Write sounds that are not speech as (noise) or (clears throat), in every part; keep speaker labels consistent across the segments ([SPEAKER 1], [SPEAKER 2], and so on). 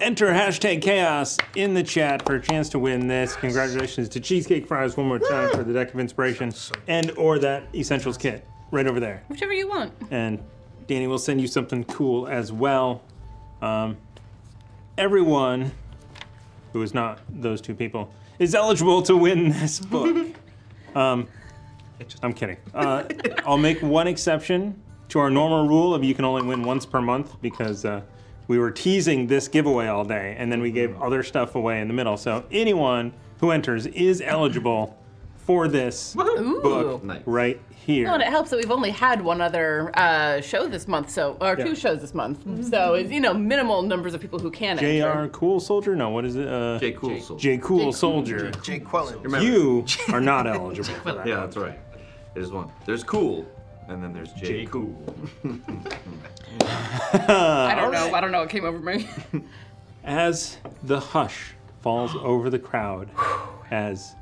[SPEAKER 1] Enter hashtag chaos in the chat for a chance to win this. Congratulations to Cheesecake Fries one more time for the deck of inspiration and or that essentials kit right over there.
[SPEAKER 2] Whichever you want.
[SPEAKER 1] and Danny will send you something cool as well. Um, everyone who is not those two people is eligible to win (laughs) this book. um, I'm kidding. Uh, I'll make one exception to our normal rule of you can only win once per month because uh, we were teasing this giveaway all day and then we gave other stuff away in the middle. So anyone who enters is eligible for this
[SPEAKER 2] Ooh.
[SPEAKER 1] book right here.
[SPEAKER 2] Well, and it helps that we've only had one other uh, show this month, so or
[SPEAKER 1] Yeah.
[SPEAKER 2] two shows this month. So it's you know minimal numbers of people who can
[SPEAKER 1] J.R.
[SPEAKER 2] enter.
[SPEAKER 1] Cool Soldier? No, what is it? Uh, J.
[SPEAKER 3] Cool Soul.
[SPEAKER 1] J. Cool Soldier.
[SPEAKER 4] Jake Quellen.
[SPEAKER 1] You are not eligible for that.
[SPEAKER 3] Yeah, that's right. There's one. There's Cool, and then there's J. Cool.
[SPEAKER 2] I don't know. I don't know. It came over me.
[SPEAKER 1] As the hush falls over the crowd, as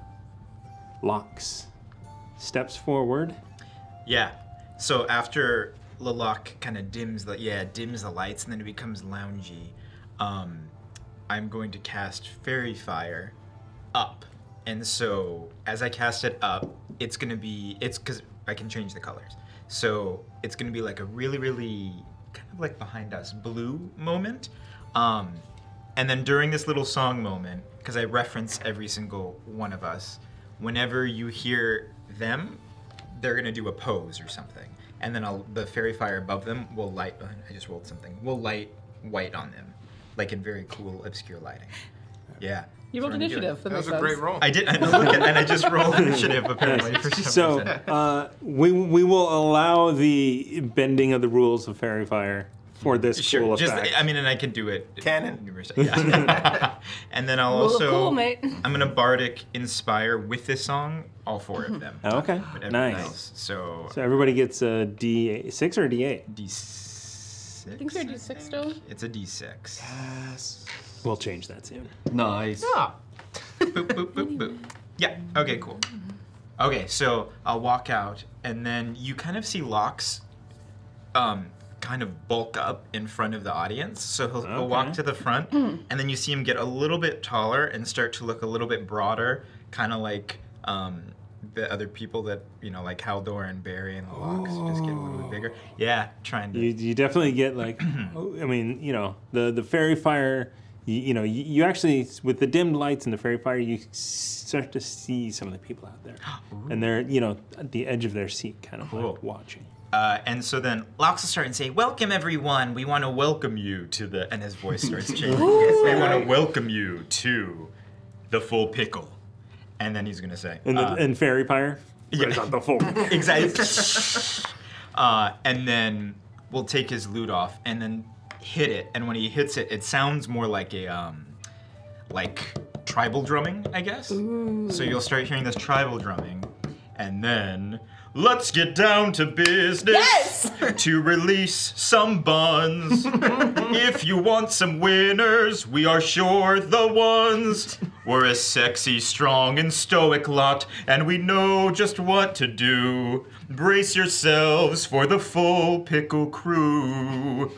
[SPEAKER 1] Locks steps forward,
[SPEAKER 5] Yeah.
[SPEAKER 6] So after Lalak kind of dims the yeah dims the lights and then it becomes loungy, um, I'm going to cast Fairy Fire up, and so as I cast it up, it's gonna be it's because I can change the colors, so it's gonna be like a really really kind of like behind us blue moment, um, and then during this little song moment, because I reference every single one of us, whenever you hear them, they're gonna do a pose or something, and then I'll, the fairy fire above them will light. oh, I just rolled something. Will light white on them, like in very cool obscure lighting. Yeah. That's
[SPEAKER 2] You rolled
[SPEAKER 6] what I'm doing.
[SPEAKER 2] initiative. That,
[SPEAKER 7] That was
[SPEAKER 2] makes
[SPEAKER 7] a great
[SPEAKER 2] sense.
[SPEAKER 7] roll.
[SPEAKER 6] I did, I know, look at, and I just rolled initiative apparently for some
[SPEAKER 1] so
[SPEAKER 6] reason.
[SPEAKER 1] uh, we we will allow the bending of the rules of Fairy Fire for this cool
[SPEAKER 6] Sure, just
[SPEAKER 1] effect.
[SPEAKER 6] I mean, and I can do it.
[SPEAKER 4] Canon.
[SPEAKER 6] numerous- Yeah. (laughs) and then I'll
[SPEAKER 2] Rule of
[SPEAKER 6] also
[SPEAKER 2] cool, mate.
[SPEAKER 6] I'm gonna bardic inspire with this song all four of them.
[SPEAKER 1] okay,
[SPEAKER 6] But everyone
[SPEAKER 1] Oh, nice.
[SPEAKER 6] else, So,
[SPEAKER 1] So everybody gets a D six or D eight.
[SPEAKER 6] D six.
[SPEAKER 2] I think they're D6 still.
[SPEAKER 6] It's a D six.
[SPEAKER 1] We'll change that soon.
[SPEAKER 3] Nice.
[SPEAKER 6] boop, boop, boop, boop. Yeah. Okay, cool. Okay, so I'll walk out, and then you kind of see Locks um, kind of bulk up in front of the audience. So he'll, he'll walk
[SPEAKER 1] Okay.
[SPEAKER 6] to the front, and then you see him get a little bit taller and start to look a little bit broader, kind of like um, the other people that, you know, like Haldor and Barry and Locks just get a little bit bigger. Yeah, trying to.
[SPEAKER 1] You, you definitely get like, oh, I mean, you know, the the fairy fire. You, you know, you, you actually with the dimmed lights and the fairy fire, you s- start to see some of the people out there, and they're you know at the edge of their seat, kind of
[SPEAKER 6] Cool.
[SPEAKER 1] like watching.
[SPEAKER 6] Uh, and so then Lox will start and say, "Welcome everyone. We want to welcome you to the." And his voice starts changing. we want to welcome you to the full pickle. and then he's gonna say,
[SPEAKER 1] And, the,
[SPEAKER 6] uh,
[SPEAKER 1] and fairy pyre?
[SPEAKER 6] Yeah.
[SPEAKER 1] Raise up the full.
[SPEAKER 6] exactly. uh, and then we'll take his loot off and then hit it. And when he hits it, it sounds more like a um, like tribal drumming, I guess. So you'll start hearing this tribal drumming, and then. Let's get down to business (laughs) to release some buns. if you want some winners, we are sure the ones. We're a sexy, strong, and stoic lot, and we know just what to do. Brace yourselves for the full pickle crew.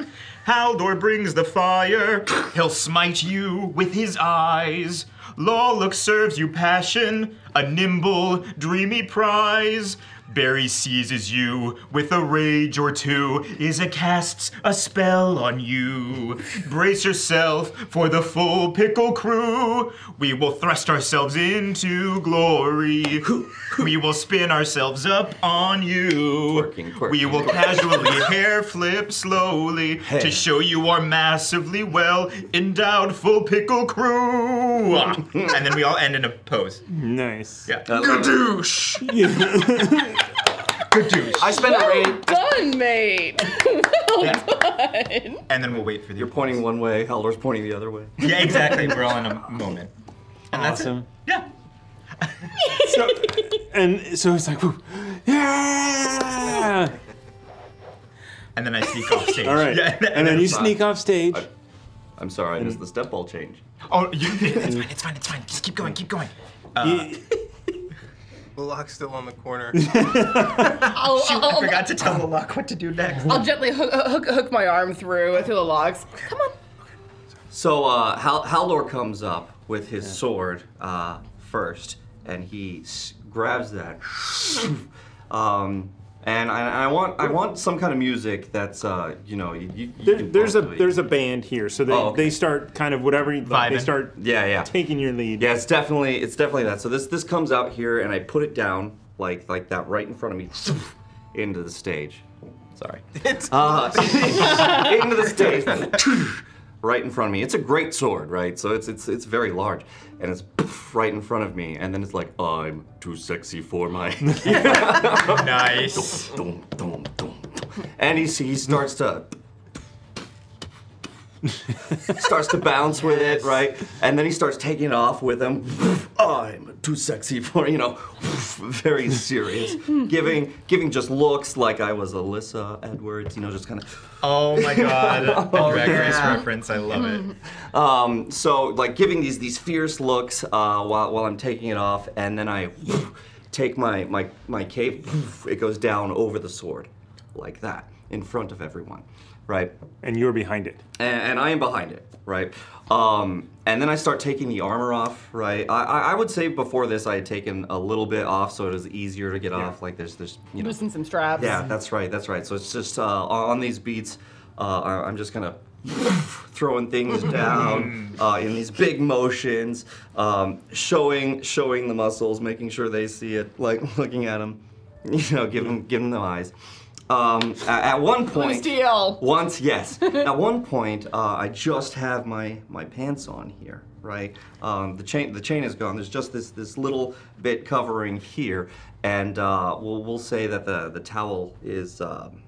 [SPEAKER 6] Haldor brings the fire, he'll smite you with his eyes. Lawlook serves you passion, a nimble, dreamy prize. Barry seizes you with a rage or two. Izza casts a spell on you. Brace yourself for the full pickle crew. We will thrust ourselves into glory. We will spin ourselves up on you. we will
[SPEAKER 3] (laughs)
[SPEAKER 6] casually hair flip slowly
[SPEAKER 3] Hey.
[SPEAKER 6] to show you our massively well endowed full pickle
[SPEAKER 3] (laughs)
[SPEAKER 6] crew. and then we all end in a pose.
[SPEAKER 1] Nice.
[SPEAKER 6] Yeah.
[SPEAKER 3] (laughs)
[SPEAKER 7] Gadoosh.
[SPEAKER 6] I spent
[SPEAKER 2] well
[SPEAKER 6] a raid.
[SPEAKER 2] done, (laughs) mate. well done.
[SPEAKER 6] And then we'll wait for the.
[SPEAKER 3] You're pointing one way, Haldor's pointing the other way.
[SPEAKER 6] Yeah, exactly. We're all in a moment. And that's
[SPEAKER 1] awesome.
[SPEAKER 6] Yeah.
[SPEAKER 1] so, and so it's like, whew, yeah.
[SPEAKER 6] And then I sneak off stage.
[SPEAKER 3] All right.
[SPEAKER 6] Yeah,
[SPEAKER 1] And then you sneak off stage.
[SPEAKER 3] I, am sorry, I missed the step ball change.
[SPEAKER 6] Oh, you, it's fine. It's fine. It's fine. Just keep going. Keep going. Uh,
[SPEAKER 4] Locke's still on the corner.
[SPEAKER 2] I'll,
[SPEAKER 6] Shoot, I forgot to tell the lock what to do
[SPEAKER 3] (laughs)
[SPEAKER 6] next.
[SPEAKER 2] I'll gently hook, hook, hook my arm through through the logs. Come on.
[SPEAKER 3] So uh, Hal- Haldor comes up with his sword uh, first, and he s- grabs that. (laughs) um, and I, I want I want some kind of music that's uh, you know you, you, you
[SPEAKER 1] There,
[SPEAKER 3] can
[SPEAKER 1] there's a
[SPEAKER 3] both do it.
[SPEAKER 1] there's a band here, so they,
[SPEAKER 3] Oh, okay.
[SPEAKER 1] they start kind of whatever like, they
[SPEAKER 3] Vibing.
[SPEAKER 1] start.
[SPEAKER 3] yeah yeah
[SPEAKER 1] taking your lead
[SPEAKER 3] yeah it's definitely it's definitely that so this this comes out here and I put it down like like that right in front of me (laughs) into the stage sorry uh, into the stage (laughs) right in front of me it's a great sword right so it's it's it's very large and it's (laughs) right in front of me and then it's like I'm too sexy for my (laughs)
[SPEAKER 6] nice
[SPEAKER 3] dum, dum, dum, dum. and he he starts to starts to bounce with it, right? And then he starts taking off with him. Oh, I'm too sexy for you know, very serious, giving giving just looks like I was Alyssa Edwards, you know, just kind of.
[SPEAKER 6] Oh my god.
[SPEAKER 3] (laughs) Oh,
[SPEAKER 6] Drag Race
[SPEAKER 3] yeah.
[SPEAKER 6] reference. I love it.
[SPEAKER 3] Um, so like giving these these fierce looks uh, while while I'm taking it off, and then I take my my my cape. It goes down over the sword, like that, in front of everyone, right?
[SPEAKER 1] And you're behind it.
[SPEAKER 3] And, and I am behind it, right? Um, and then I start taking the armor off, right? I, I I would say before this I had taken a little bit off, so it was easier to get off. Like there's there's you know
[SPEAKER 2] Loosen some straps.
[SPEAKER 3] yeah, that's right. That's right. So it's just uh, on on these beats, uh, I- I'm just kind of (laughs) throwing things down uh, in these big motions, um, showing showing the muscles, making sure they see it, like (laughs) looking at them, you know, give them give them the eyes. Um, a- at, one
[SPEAKER 2] Loose
[SPEAKER 3] point,
[SPEAKER 2] deal.
[SPEAKER 3] once yes, at one point uh, I just have my my pants on here, right? Um, the chain the chain is gone. There's just this this little bit covering here, and uh, we'll we'll say that the the towel is. Um,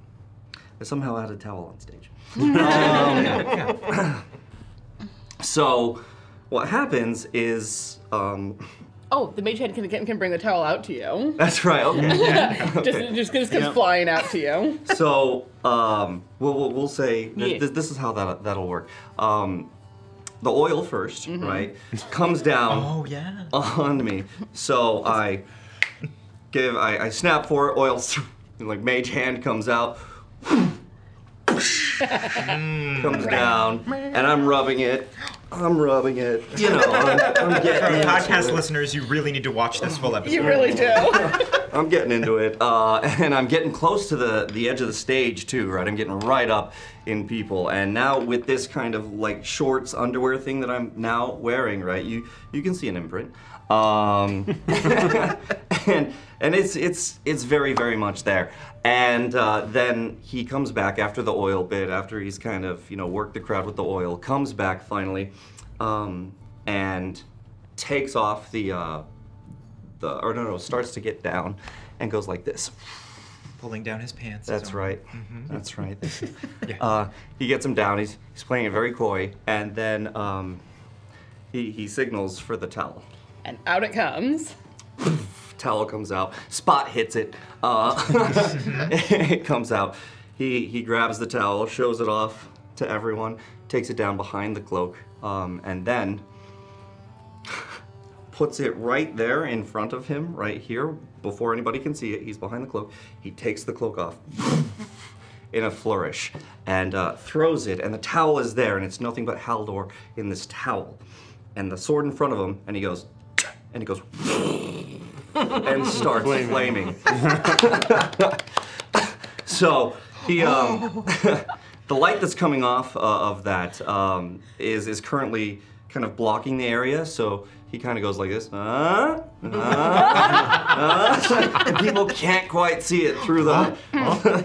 [SPEAKER 3] I somehow had a towel on stage. (laughs) Um, so, what happens is, um, (laughs)
[SPEAKER 2] Oh, the mage hand can, can, can bring the towel out to you.
[SPEAKER 3] that's right. Okay.
[SPEAKER 2] just,
[SPEAKER 3] Okay.
[SPEAKER 2] just, just comes
[SPEAKER 3] Yeah.
[SPEAKER 2] flying out to you.
[SPEAKER 3] so um, we'll, we'll, we'll say th-
[SPEAKER 2] Yeah.
[SPEAKER 3] th- this is how that, that'll work. Um, the oil 1st
[SPEAKER 6] Mhm.
[SPEAKER 3] right, comes down
[SPEAKER 6] Oh yeah.
[SPEAKER 3] on me. So I give, I, I snap for it, oil, (laughs) and like mage hand comes out, comes down, and I'm rubbing it. I'm rubbing it. You know, I'm, I'm
[SPEAKER 6] For
[SPEAKER 3] getting into
[SPEAKER 6] podcast
[SPEAKER 3] it.
[SPEAKER 6] listeners, you really need to watch this full episode.
[SPEAKER 2] You really do.
[SPEAKER 3] I'm getting into it, uh, (laughs) and I'm getting close to the the edge of the stage too, right? I'm getting right up in people, and now with this kind of like shorts underwear thing that I'm now wearing, right? You you can see an imprint, um, (laughs) and and it's it's it's very very much there. And uh, then he comes back after the oil bit, after he's kind of you know worked the crowd with the oil, comes back finally, um, and takes off the. Uh, the or no no starts to get down, and goes like this.
[SPEAKER 6] Pulling down his pants. his
[SPEAKER 3] That's
[SPEAKER 6] own-
[SPEAKER 3] right.
[SPEAKER 6] Mhm.
[SPEAKER 3] That's right. This is-
[SPEAKER 6] Yeah.
[SPEAKER 3] uh, he gets him down. He's he's playing it very coy, and then um, he he signals for the towel.
[SPEAKER 2] And out it comes.
[SPEAKER 3] Towel comes out. Spot hits it. Uh, (laughs) it comes out. He he grabs the towel, shows it off to everyone, takes it down behind the cloak, um, and then puts it right there in front of him, right here, before anybody can see it. He's behind the cloak. He takes the cloak off (laughs) in a flourish and uh, throws it, and the towel is there, and it's nothing but Haldor in this towel, and the sword in front of him, and he goes, and he goes, and starts flaming. (laughs) so he, um, (laughs) the light that's coming off uh, of that um, is is currently kind of blocking the area, so. He kind of goes like this, "Huh? Huh? Huh?" and uh." (laughs) people can't quite see it through the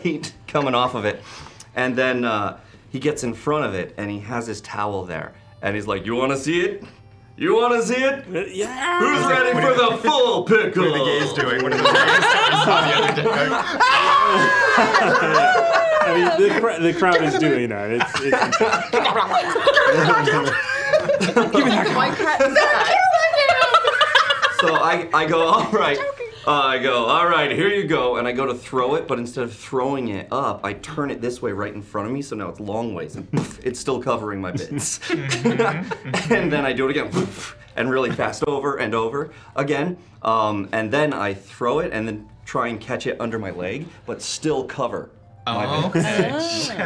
[SPEAKER 3] (laughs) heat coming off of it. And then uh, he gets in front of it and he has his towel there. And he's like, You want to see it? You want to see it? Yeah. Who's ready for the full pickle? What are the gays doing? What are the
[SPEAKER 1] I mean, the, cr- the crowd is doing that. It's,
[SPEAKER 3] (laughs)
[SPEAKER 1] it's
[SPEAKER 3] so I, I go, all right. Uh, I go, all right, here you go. And I go to throw it, but instead of throwing it up, I turn it this way right in front of me. So now it's long ways, and poof, it's still covering my bits. and then I do it again, poof, and really fast over and over again. Um, and then I throw it and then try and catch it under my leg, but still cover
[SPEAKER 6] Uh. Oh,
[SPEAKER 3] my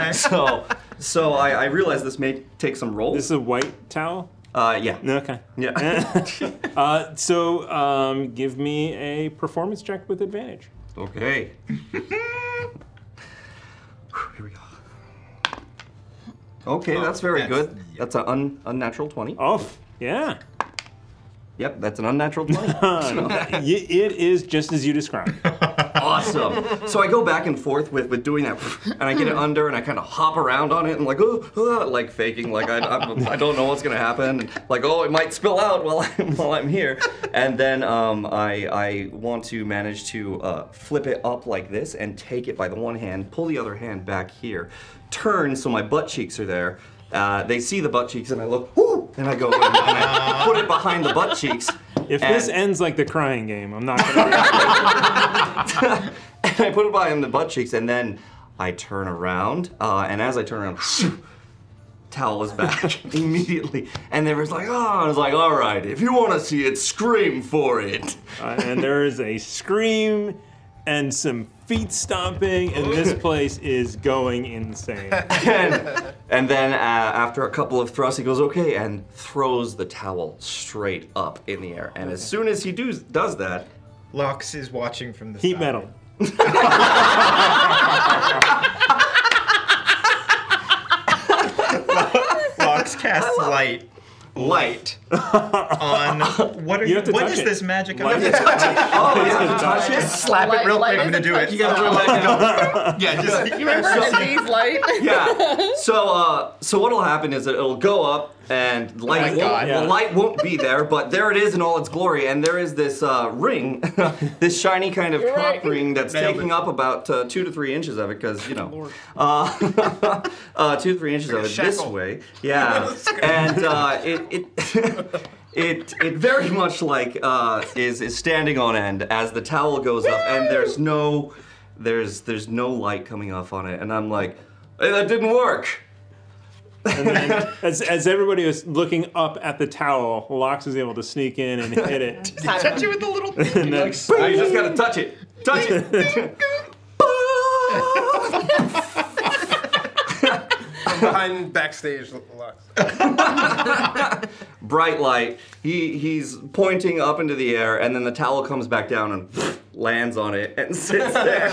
[SPEAKER 3] bits.
[SPEAKER 2] (laughs)
[SPEAKER 3] so so I, I realize this may take some rolls. This is
[SPEAKER 1] a white towel?
[SPEAKER 3] Uh, yeah.
[SPEAKER 1] Okay.
[SPEAKER 3] Yeah.
[SPEAKER 1] uh, so um, give me a performance check with advantage.
[SPEAKER 3] Okay. Okay, that's very good. That's an un- unnatural 20.
[SPEAKER 1] Oh, yeah.
[SPEAKER 3] Yep, that's an unnatural 20.
[SPEAKER 1] Y- it is just as you described.
[SPEAKER 3] awesome. So I go back and forth with, with doing that, and I get it under, and I kind of hop around on it, and like, oh, oh," like faking, like I, I'm, I don't know what's gonna happen, and like, oh, it might spill out while I'm (laughs) while I'm here, and then um, I I want to manage to uh, flip it up like this and take it by the one hand, pull the other hand back here, turn so my butt cheeks are there. Uh, they see the butt cheeks, and I look, Whoo! and I go, and I put it behind the butt cheeks.
[SPEAKER 1] If
[SPEAKER 3] and-
[SPEAKER 1] this ends like the crying game, I'm not gonna.
[SPEAKER 3] and I put it behind the butt cheeks, and then I turn around, uh, and as I turn around, towel is (laughs) back immediately, and they were like, "Oh," I was like, "All right, if you want to see it, scream for (laughs) it."
[SPEAKER 1] Uh, and there is a scream and some feet stomping, and
[SPEAKER 3] (laughs)
[SPEAKER 1] this place is going insane.
[SPEAKER 3] and, and then uh, after a couple of thrusts, he goes, okay, and throws the towel straight up in the air. And as soon as he does, does that,
[SPEAKER 6] Lox is watching from the
[SPEAKER 3] Heat
[SPEAKER 6] side.
[SPEAKER 1] metal.
[SPEAKER 6] Lox casts light.
[SPEAKER 3] Light (laughs)
[SPEAKER 6] on what are
[SPEAKER 3] You
[SPEAKER 6] you?
[SPEAKER 3] have to
[SPEAKER 6] what
[SPEAKER 3] touch
[SPEAKER 6] is
[SPEAKER 3] it.
[SPEAKER 6] this magic?
[SPEAKER 3] Light
[SPEAKER 6] item? (laughs)
[SPEAKER 3] is a touch it. Oh, you have to (laughs) touch it?
[SPEAKER 6] Just slap it
[SPEAKER 3] Light-
[SPEAKER 6] real
[SPEAKER 3] light
[SPEAKER 6] quick.
[SPEAKER 3] is
[SPEAKER 6] I'm
[SPEAKER 3] a
[SPEAKER 6] gonna do
[SPEAKER 3] touch.
[SPEAKER 6] it.
[SPEAKER 3] You gotta really let it go.
[SPEAKER 6] yeah, just
[SPEAKER 2] You remember Disney's light?
[SPEAKER 3] (laughs) yeah. So uh, so what'll happen is that it'll go up and light
[SPEAKER 2] my
[SPEAKER 3] won't,
[SPEAKER 2] God.
[SPEAKER 3] the light won't be there, but there it is in all its glory, and there is this uh, ring, (laughs) this shiny kind of cock ring that's
[SPEAKER 6] Nailed
[SPEAKER 3] taking up about uh, two to three inches of it, because you know, uh, (laughs) uh, two to three inches of it this
[SPEAKER 6] shackle.
[SPEAKER 3] way, yeah, and uh, it. it (laughs) It, it very much like uh, is is standing on end as the towel goes up and there's no there's there's no light coming off on it and I'm like hey, that didn't work
[SPEAKER 1] As, as everybody was looking up at the towel, Lox is able to sneak in and hit it.
[SPEAKER 6] touch it with a little.
[SPEAKER 1] and then,
[SPEAKER 3] Now you just gotta touch it. Touch it.
[SPEAKER 4] From behind backstage locks.
[SPEAKER 3] (laughs) Bright light. He he's pointing up into the air, and then the towel comes back down and (laughs) lands on it and
[SPEAKER 4] (laughs)
[SPEAKER 3] sits there.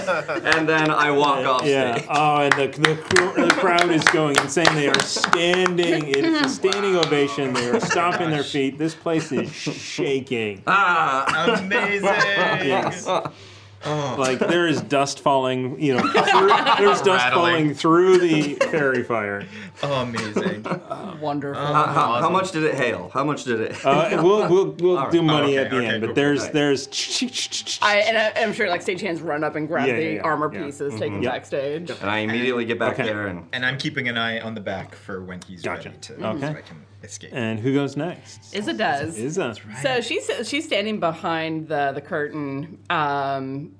[SPEAKER 3] and then I walk off
[SPEAKER 1] yeah.
[SPEAKER 3] stage.
[SPEAKER 1] Oh, and the, the, cr- the crowd is going insane. They are standing. It
[SPEAKER 3] (laughs)
[SPEAKER 1] is a standing ovation. They are stomping their
[SPEAKER 3] (laughs)
[SPEAKER 1] feet. This place is shaking.
[SPEAKER 3] Ah.
[SPEAKER 6] Amazing.
[SPEAKER 1] Yes. Like there is dust falling, you know, through, there's dust
[SPEAKER 3] Rattling.
[SPEAKER 1] falling through the fairy fire.
[SPEAKER 6] Oh, amazing!
[SPEAKER 2] (laughs) Wonderful.
[SPEAKER 3] ah.
[SPEAKER 6] Uh-huh.
[SPEAKER 3] how, how- how much did it hail? How much did it? (laughs)
[SPEAKER 1] Uh, we'll we'll, we'll
[SPEAKER 3] All right.
[SPEAKER 1] do money
[SPEAKER 3] Okay,
[SPEAKER 1] at the
[SPEAKER 3] okay,
[SPEAKER 1] end,
[SPEAKER 3] cool,
[SPEAKER 1] but there's
[SPEAKER 3] cool.
[SPEAKER 1] there's
[SPEAKER 2] I, and I, I'm sure like stagehands run up and grab
[SPEAKER 3] Yeah,
[SPEAKER 2] the
[SPEAKER 3] yeah, yeah,
[SPEAKER 2] armor
[SPEAKER 3] yeah. Mhm.
[SPEAKER 2] pieces,
[SPEAKER 6] Mm-hmm.
[SPEAKER 2] take them
[SPEAKER 3] Yep.
[SPEAKER 2] backstage.
[SPEAKER 3] And I immediately get back there and
[SPEAKER 6] And I'm keeping an eye on the back for when he's ready to
[SPEAKER 1] Okay.
[SPEAKER 6] so I can escape.
[SPEAKER 1] and who goes next?
[SPEAKER 2] Izza does.
[SPEAKER 1] Izza.
[SPEAKER 2] So she's she's standing behind the the curtain, um,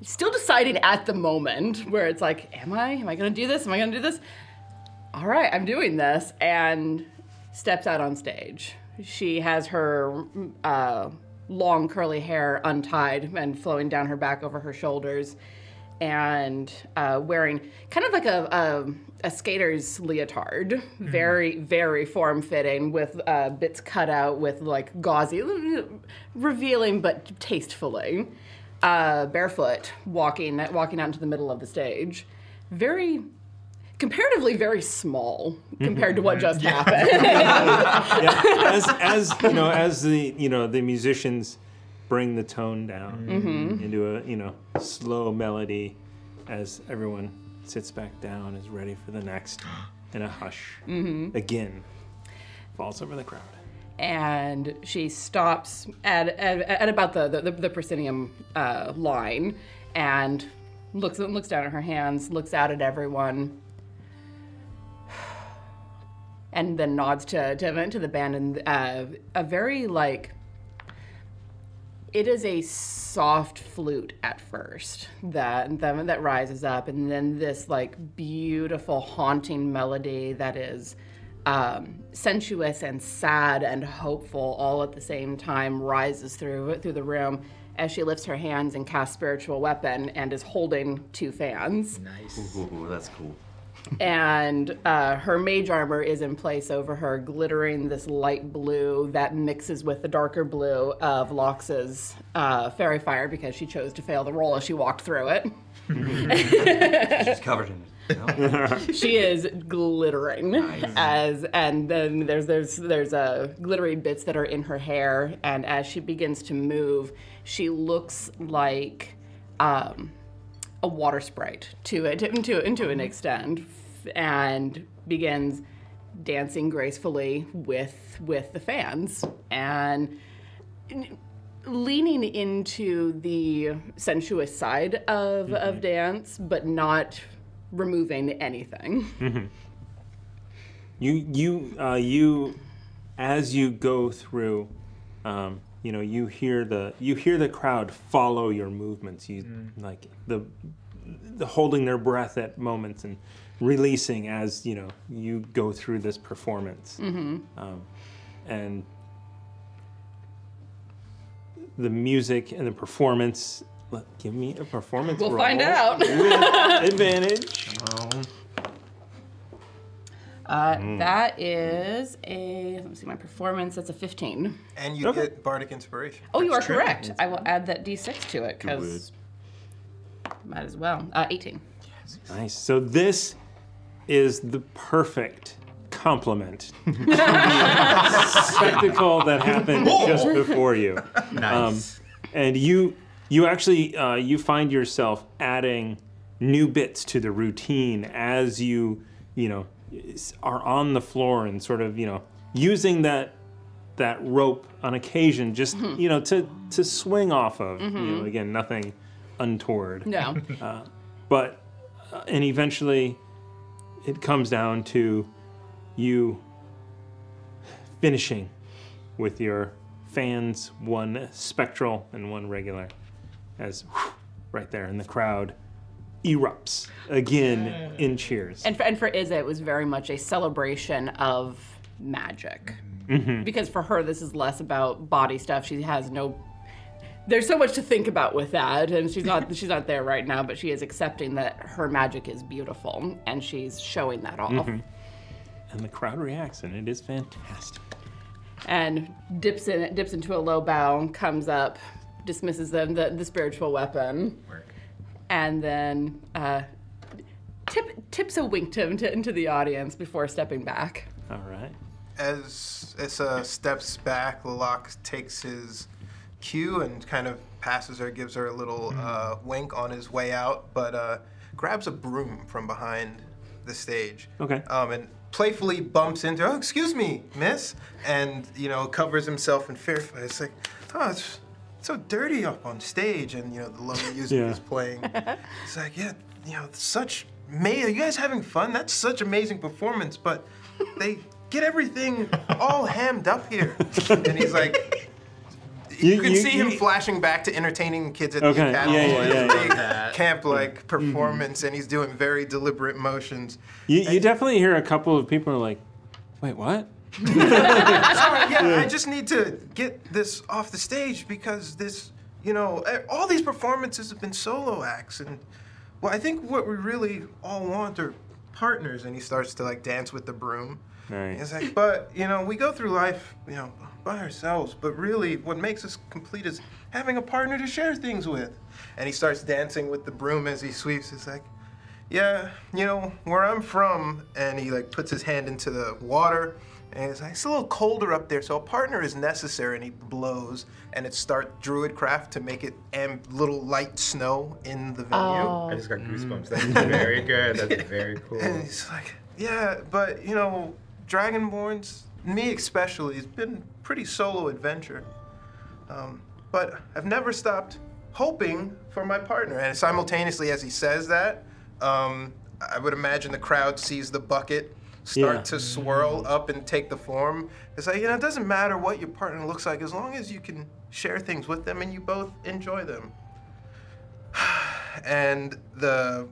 [SPEAKER 2] still deciding at the moment where it's like, am I am I going to do this? Am I going to do this? All right, I'm doing this, and steps out on stage. She has her uh, long curly hair untied and flowing down her back over her shoulders, and uh, wearing kind of like a, a, a skater's leotard, very very form fitting with uh, bits cut out with like gauzy, revealing but tastefully, uh, barefoot walking walking out into the middle of the stage, very comparatively very small compared to what just happened.
[SPEAKER 1] as as you know, as the you know the musicians bring the tone down
[SPEAKER 2] Mhm.
[SPEAKER 1] into a you know slow melody, as everyone sits back down, is ready for the next, in a hush
[SPEAKER 2] Mhm.
[SPEAKER 1] again falls over the crowd.
[SPEAKER 2] and she stops at at, at about the the, the proscenium uh, line and looks looks down at her hands, looks out at everyone, (sighs) and then nods to to, to the band and uh, a very like it is a soft flute at first that, that that rises up and then this like beautiful haunting melody that is um, sensuous and sad and hopeful all at the same time rises through through the room as she lifts her hands and casts spiritual weapon and is holding two fans
[SPEAKER 3] nice. Ooh, that's cool.
[SPEAKER 2] and uh, her mage armor is in place over her, glittering this light blue that mixes with the darker blue of Lox's uh, fairy fire because she chose to fail the roll as she walked through it.
[SPEAKER 3] She's covered in it. you know?
[SPEAKER 2] she is glittering as and then there's there's there's uh, glittery bits that are in her hair and as she begins to move she looks like um, a water sprite to it into into an extent f- and begins dancing gracefully with with the fans and leaning into the sensuous side of of dance but not removing anything
[SPEAKER 1] You you uh, you as you go through, um, you know you hear the you hear the crowd follow your movements. You like the, the holding their breath at moments and releasing as you know you go through this performance.
[SPEAKER 2] Mhm.
[SPEAKER 1] Um, and the music and the performance. Look, give me a performance.
[SPEAKER 2] We'll
[SPEAKER 1] roll
[SPEAKER 2] find out.
[SPEAKER 1] with advantage.
[SPEAKER 2] Uh,
[SPEAKER 1] Mm.
[SPEAKER 2] That is a let me see my performance. That's a 15.
[SPEAKER 4] And you get bardic inspiration.
[SPEAKER 2] Oh, you are correct. I will add that d6 to it because might as well. Uh, 18.
[SPEAKER 1] Nice. So this is the perfect compliment to the spectacle that happened just before you. Nice. and you you actually uh, you find yourself adding new bits to the routine as you you know s- are on the floor and sort of you know using that that rope on occasion just
[SPEAKER 2] Mhm.
[SPEAKER 1] you know to to swing off of you know
[SPEAKER 2] Mhm.
[SPEAKER 1] again nothing untoward
[SPEAKER 2] (laughs) No.
[SPEAKER 1] uh, but uh, and eventually it comes down to you finishing with your fans one spectral and one regular as whew, right there in the crowd erupts again in cheers
[SPEAKER 2] And for, and for Iza, it was very much a celebration of magic.
[SPEAKER 1] Mhm.
[SPEAKER 2] Because for her, this is less about body stuff. She has no. There's so much to think about with that, and she's not she's not there right now. But she is accepting that her magic is beautiful, and she's showing that off.
[SPEAKER 1] Mhm. and the crowd reacts and it is fantastic
[SPEAKER 2] and dips in dips into a low bow, comes up, dismisses them the, the spiritual weapon, and then uh, tip, tips a wink to, to into the audience before stepping back.
[SPEAKER 1] All right.
[SPEAKER 4] As Issa steps back, Lalak takes his Q and kind of passes her, gives her a
[SPEAKER 1] Hmm.
[SPEAKER 4] little uh, wink on his way out, but uh, grabs a broom from behind the stage.
[SPEAKER 1] Okay.
[SPEAKER 4] Um, and playfully bumps into, oh, excuse me, miss, and, you know, covers himself in fear. It's like, oh, it's so dirty up on stage, and, you know, the love music
[SPEAKER 1] Yeah. (laughs)
[SPEAKER 4] is playing. It's like, yeah, you know, such, may, are you guys having fun? That's such amazing performance, but they get everything all hammed up here. And he's like, you, can see him flashing back to entertaining kids at the
[SPEAKER 1] Okay,
[SPEAKER 4] academy
[SPEAKER 1] yeah, yeah,
[SPEAKER 4] and
[SPEAKER 1] yeah,
[SPEAKER 4] his
[SPEAKER 1] yeah. Mm-hmm.
[SPEAKER 4] big camp-like performance, and he's doing very deliberate motions.
[SPEAKER 1] You, you definitely hear a couple of people are like, wait, what?
[SPEAKER 4] Sorry, yeah, I
[SPEAKER 1] Yeah.
[SPEAKER 4] just need to get this off the stage because this, you know, eh, all these performances have been solo acts, and well, I think what we really all want are partners. And he starts to like dance with the broom. It's like, but you know, we go through life, you know, by ourselves. But really, what makes us complete is having a partner to share things with. And he starts dancing with the broom as he sweeps. It's like, yeah, you know, where I'm from. And he like puts his hand into the water, and it's like it's a little colder up there, so a partner is necessary. And he blows, and it starts druid craft to make it and little light snow in the venue.
[SPEAKER 6] Oh. I just got goosebumps. That's
[SPEAKER 3] Mm.
[SPEAKER 6] very good. That's very cool.
[SPEAKER 2] (laughs)
[SPEAKER 4] And he's like, yeah, but you know, Dragonborn's me especially has been pretty solo adventure. Um, but I've never stopped hoping for my partner. And simultaneously, as he says that, um, I would imagine the crowd sees the bucket start
[SPEAKER 1] Yeah.
[SPEAKER 4] to swirl up and take the form. It's like, you know, it doesn't matter what your partner looks like as long as you can share things with them and you both enjoy them. (sighs) And the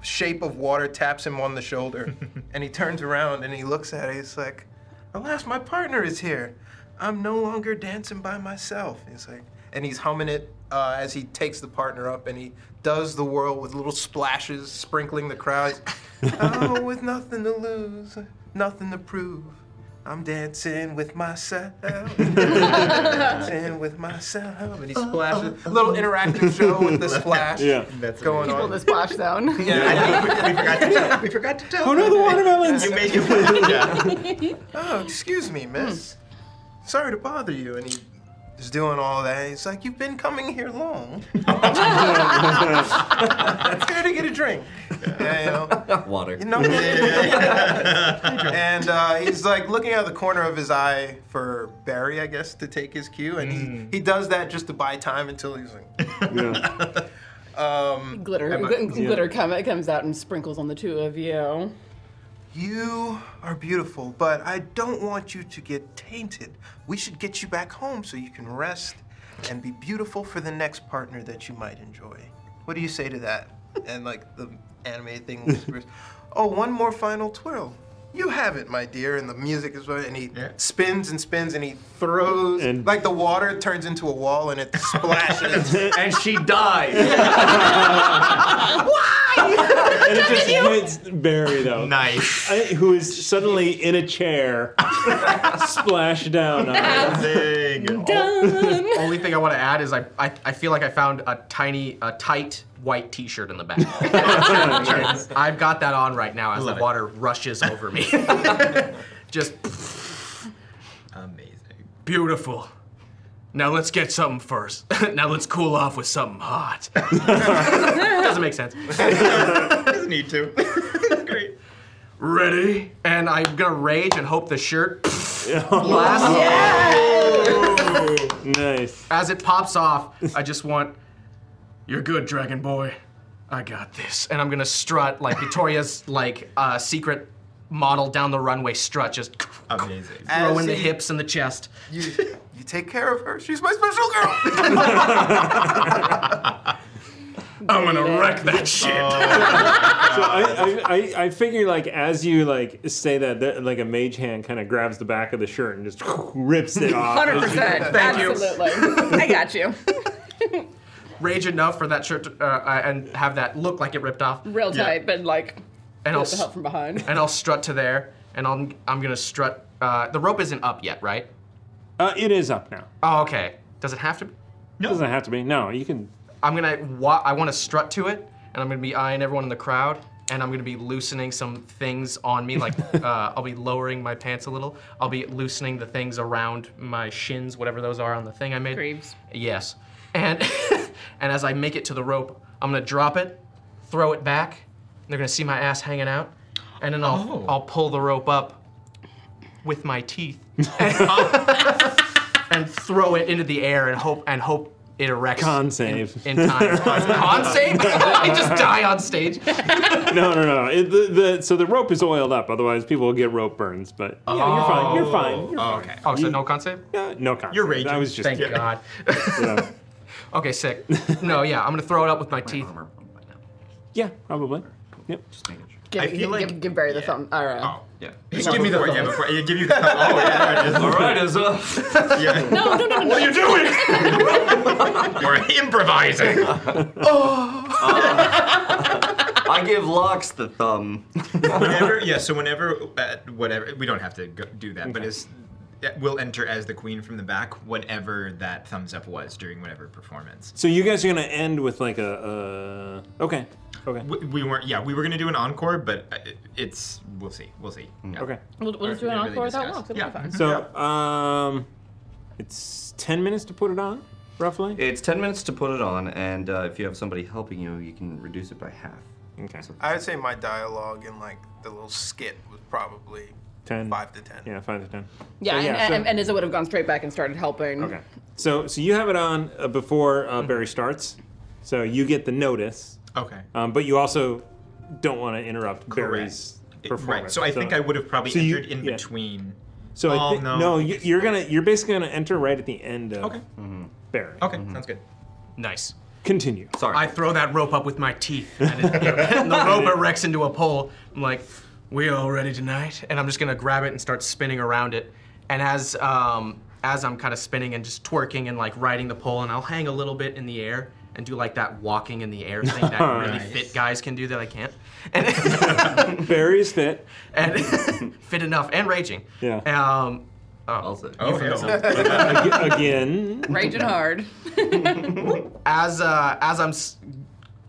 [SPEAKER 4] shape of water taps him on the shoulder. and he turns around and he looks at it. He's like, Alas, my partner is here. I'm no longer dancing by myself. He's like, and he's humming it uh, as he takes the partner up and he does the whirl with little splashes sprinkling the crowd. oh, with nothing to lose, nothing to prove. I'm dancing with myself. dancing with myself. And he splashes. little interactive show with the splash
[SPEAKER 1] Yeah.
[SPEAKER 4] that's going
[SPEAKER 2] People
[SPEAKER 4] on.
[SPEAKER 2] in the splash (laughs) zone.
[SPEAKER 6] We forgot to tell.
[SPEAKER 4] Oh no, the watermelons!
[SPEAKER 6] You made your
[SPEAKER 3] (laughs)
[SPEAKER 6] yeah.
[SPEAKER 4] Oh, excuse me, miss. Sorry to bother you. And he is doing all that. He's like, You've been coming here long. Care to get a drink? Yeah, you
[SPEAKER 1] (laughs)
[SPEAKER 4] know.
[SPEAKER 3] Water.
[SPEAKER 4] You know. and uh, he's like looking out of the corner of his eye for Barry, I guess, to take his cue. And he, he does that just to buy time until he's like, um,
[SPEAKER 2] Glitter,
[SPEAKER 4] am I-
[SPEAKER 2] gl- glitter come, comes out and sprinkles on the two of you.
[SPEAKER 4] You are beautiful, but I don't want you to get tainted. We should get you back home so you can rest and be beautiful for the next partner that you might enjoy. What do you say to that? (laughs) And like the anime
[SPEAKER 3] (laughs)
[SPEAKER 4] thing whispers, "Oh, one more final twirl." You have it, my dear. And the music is right. And he spins and spins and he throws. like the water turns into a wall and
[SPEAKER 3] (laughs)
[SPEAKER 4] it splashes.
[SPEAKER 3] and
[SPEAKER 4] (laughs)
[SPEAKER 3] she dies.
[SPEAKER 1] and it just hits Barry though.
[SPEAKER 6] Nice.
[SPEAKER 1] I, who is suddenly in a chair, (laughs) splashed down. On it.
[SPEAKER 4] (laughs)
[SPEAKER 2] Done.
[SPEAKER 8] Only thing I want to add is I, I I feel like I found a tiny a tight white T-shirt in the back. I've got that on right now as the water rushes over me. Just
[SPEAKER 6] Amazing.
[SPEAKER 8] beautiful. Now let's get something first. (laughs) now let's cool off with something hot. Doesn't make sense.
[SPEAKER 6] Doesn't need to. (laughs) Great.
[SPEAKER 8] Ready? And I'm gonna rage and hope the shirt blasts.
[SPEAKER 1] nice.
[SPEAKER 8] As it pops off, I just want, you're good, Dragon Boy. I got this. And I'm gonna strut like Victoria's like uh, secret model down the runway strut, just
[SPEAKER 6] amazing.
[SPEAKER 8] Throw in
[SPEAKER 4] As
[SPEAKER 8] the
[SPEAKER 4] he-
[SPEAKER 8] hips and the chest.
[SPEAKER 4] you, you take care of her. She's my special girl.
[SPEAKER 8] I'm gonna wreck that shit.
[SPEAKER 6] Oh,
[SPEAKER 1] So I, I, I, I figure like as you like say that, that like a mage hand kind of grabs the back of the shirt and just (laughs) rips it off.
[SPEAKER 2] Hundred percent.
[SPEAKER 8] Thank you.
[SPEAKER 2] Absolutely. I got you.
[SPEAKER 8] Rage enough for that shirt to, uh, uh, and have that look like it ripped off.
[SPEAKER 2] Real
[SPEAKER 8] Yeah.
[SPEAKER 2] tight, but like,
[SPEAKER 8] And
[SPEAKER 2] and
[SPEAKER 8] I'll
[SPEAKER 2] the help
[SPEAKER 8] s-
[SPEAKER 2] from behind.
[SPEAKER 8] and I'll strut to there, and I'm I'm gonna strut. Uh, the rope isn't up yet, right?
[SPEAKER 1] Uh, it is up now.
[SPEAKER 8] Oh, okay. Does it have to? be?
[SPEAKER 1] No. Doesn't have to be. No, you can.
[SPEAKER 8] I'm gonna. Wa- I want to strut to it, and I'm gonna be eyeing everyone in the crowd, and I'm gonna be loosening some things on me. Like uh, I'll be lowering my pants a little. I'll be loosening the things around my shins, whatever those are on the thing I made.
[SPEAKER 2] Greaves.
[SPEAKER 8] Yes. And (laughs) and as I make it to the rope, I'm gonna drop it, throw it back. And they're gonna see my ass hanging out, and then I'll
[SPEAKER 6] Oh.
[SPEAKER 8] I'll pull the rope up with my teeth (laughs) and throw it into the air and hope and hope it erects.
[SPEAKER 1] Con save.
[SPEAKER 8] In, in time. Con save? I just die on stage.
[SPEAKER 1] (laughs) no, no, no. It, the, the, so the rope is oiled up, otherwise people will get rope burns. But yeah, you're fine. You're fine. You're fine.
[SPEAKER 8] okay. Oh, so no con save?
[SPEAKER 1] No con.
[SPEAKER 8] You're
[SPEAKER 1] save.
[SPEAKER 8] raging.
[SPEAKER 1] I was just
[SPEAKER 8] Thank
[SPEAKER 1] kidding. (laughs)
[SPEAKER 8] God. okay, sick. No, yeah, I'm gonna throw it up with my teeth.
[SPEAKER 1] Yeah, probably. Yep.
[SPEAKER 2] Give,
[SPEAKER 6] I feel
[SPEAKER 2] give,
[SPEAKER 6] like-
[SPEAKER 2] give, give Barry the thumb. All right.
[SPEAKER 6] (laughs)
[SPEAKER 2] Oh,
[SPEAKER 6] yeah. Just give me the thumbs. Yeah, before, yeah, give you the thumbs. Oh, yeah, (laughs) there it is.
[SPEAKER 3] All right, it's up.
[SPEAKER 6] Yeah.
[SPEAKER 2] No, no, no, no.
[SPEAKER 6] What are you doing? (laughs) You're improvising.
[SPEAKER 3] (laughs) I give Locks the thumb.
[SPEAKER 6] whenever, yeah. So whenever, uh, whatever, we don't have to go, do that, but it's. yeah, We'll enter as the queen from the back, whatever that thumbs up was during whatever performance.
[SPEAKER 1] So you guys are gonna end with like a. Uh, okay. Okay.
[SPEAKER 6] We, we weren't, yeah, we were gonna do an encore, but uh, it- it's we'll see, we'll see.
[SPEAKER 1] Okay.
[SPEAKER 2] We'll, we'll just do
[SPEAKER 6] Or
[SPEAKER 2] an
[SPEAKER 6] really
[SPEAKER 2] encore without
[SPEAKER 6] discuss.
[SPEAKER 2] locks. It'll
[SPEAKER 6] Yeah.
[SPEAKER 2] be fine.
[SPEAKER 1] So um, it's ten minutes to put it on, roughly.
[SPEAKER 3] It's 10 minutes to put it on, and uh, if you have somebody helping you, you can reduce it by half.
[SPEAKER 1] Okay.
[SPEAKER 4] I would say my dialogue and like the little skit was probably
[SPEAKER 1] Ten.
[SPEAKER 4] five to ten.
[SPEAKER 1] Yeah, five to ten.
[SPEAKER 2] Yeah,
[SPEAKER 1] So,
[SPEAKER 2] and,
[SPEAKER 1] so-
[SPEAKER 2] and, and Izza would have gone straight back and started helping.
[SPEAKER 6] Mm.
[SPEAKER 1] Okay. So, so you have it on uh, before
[SPEAKER 6] Mm-hmm.
[SPEAKER 1] uh, Barry starts, so you get the notice.
[SPEAKER 6] Okay.
[SPEAKER 1] Um, but you also don't want to interrupt Barry's
[SPEAKER 6] It-
[SPEAKER 1] performance.
[SPEAKER 6] Right. So I think I would have probably
[SPEAKER 1] so you-
[SPEAKER 6] entered in
[SPEAKER 1] yeah.
[SPEAKER 6] between.
[SPEAKER 1] So I
[SPEAKER 6] Oh,
[SPEAKER 1] thi-
[SPEAKER 6] no.
[SPEAKER 1] no, you, you're gonna you're basically gonna enter right at the end of okay. Barry.
[SPEAKER 6] Okay, sounds good.
[SPEAKER 8] Nice.
[SPEAKER 1] Continue.
[SPEAKER 3] Sorry.
[SPEAKER 8] I throw that rope up with my teeth,
[SPEAKER 1] (laughs)
[SPEAKER 8] and, it, (laughs) and the rope erects into a pole. I'm like, "We all ready tonight?" And I'm just gonna grab it and start spinning around it. And as um, as I'm kind of spinning and just twerking and like riding the pole, and I'll hang a little bit in the air and do like that walking in the air
[SPEAKER 1] (laughs)
[SPEAKER 8] thing that really
[SPEAKER 1] Nice.
[SPEAKER 8] fit guys can do that
[SPEAKER 1] (laughs)
[SPEAKER 8] I can't. (laughs)
[SPEAKER 1] Barry's
[SPEAKER 6] (laughs)
[SPEAKER 1] fit.
[SPEAKER 8] and (laughs) fit enough and raging.
[SPEAKER 1] Yeah.
[SPEAKER 8] Um, oh.
[SPEAKER 6] Oh, yeah.
[SPEAKER 1] (laughs) Ag- again.
[SPEAKER 2] (laughs) Raging hard.
[SPEAKER 8] as uh, as I'm s-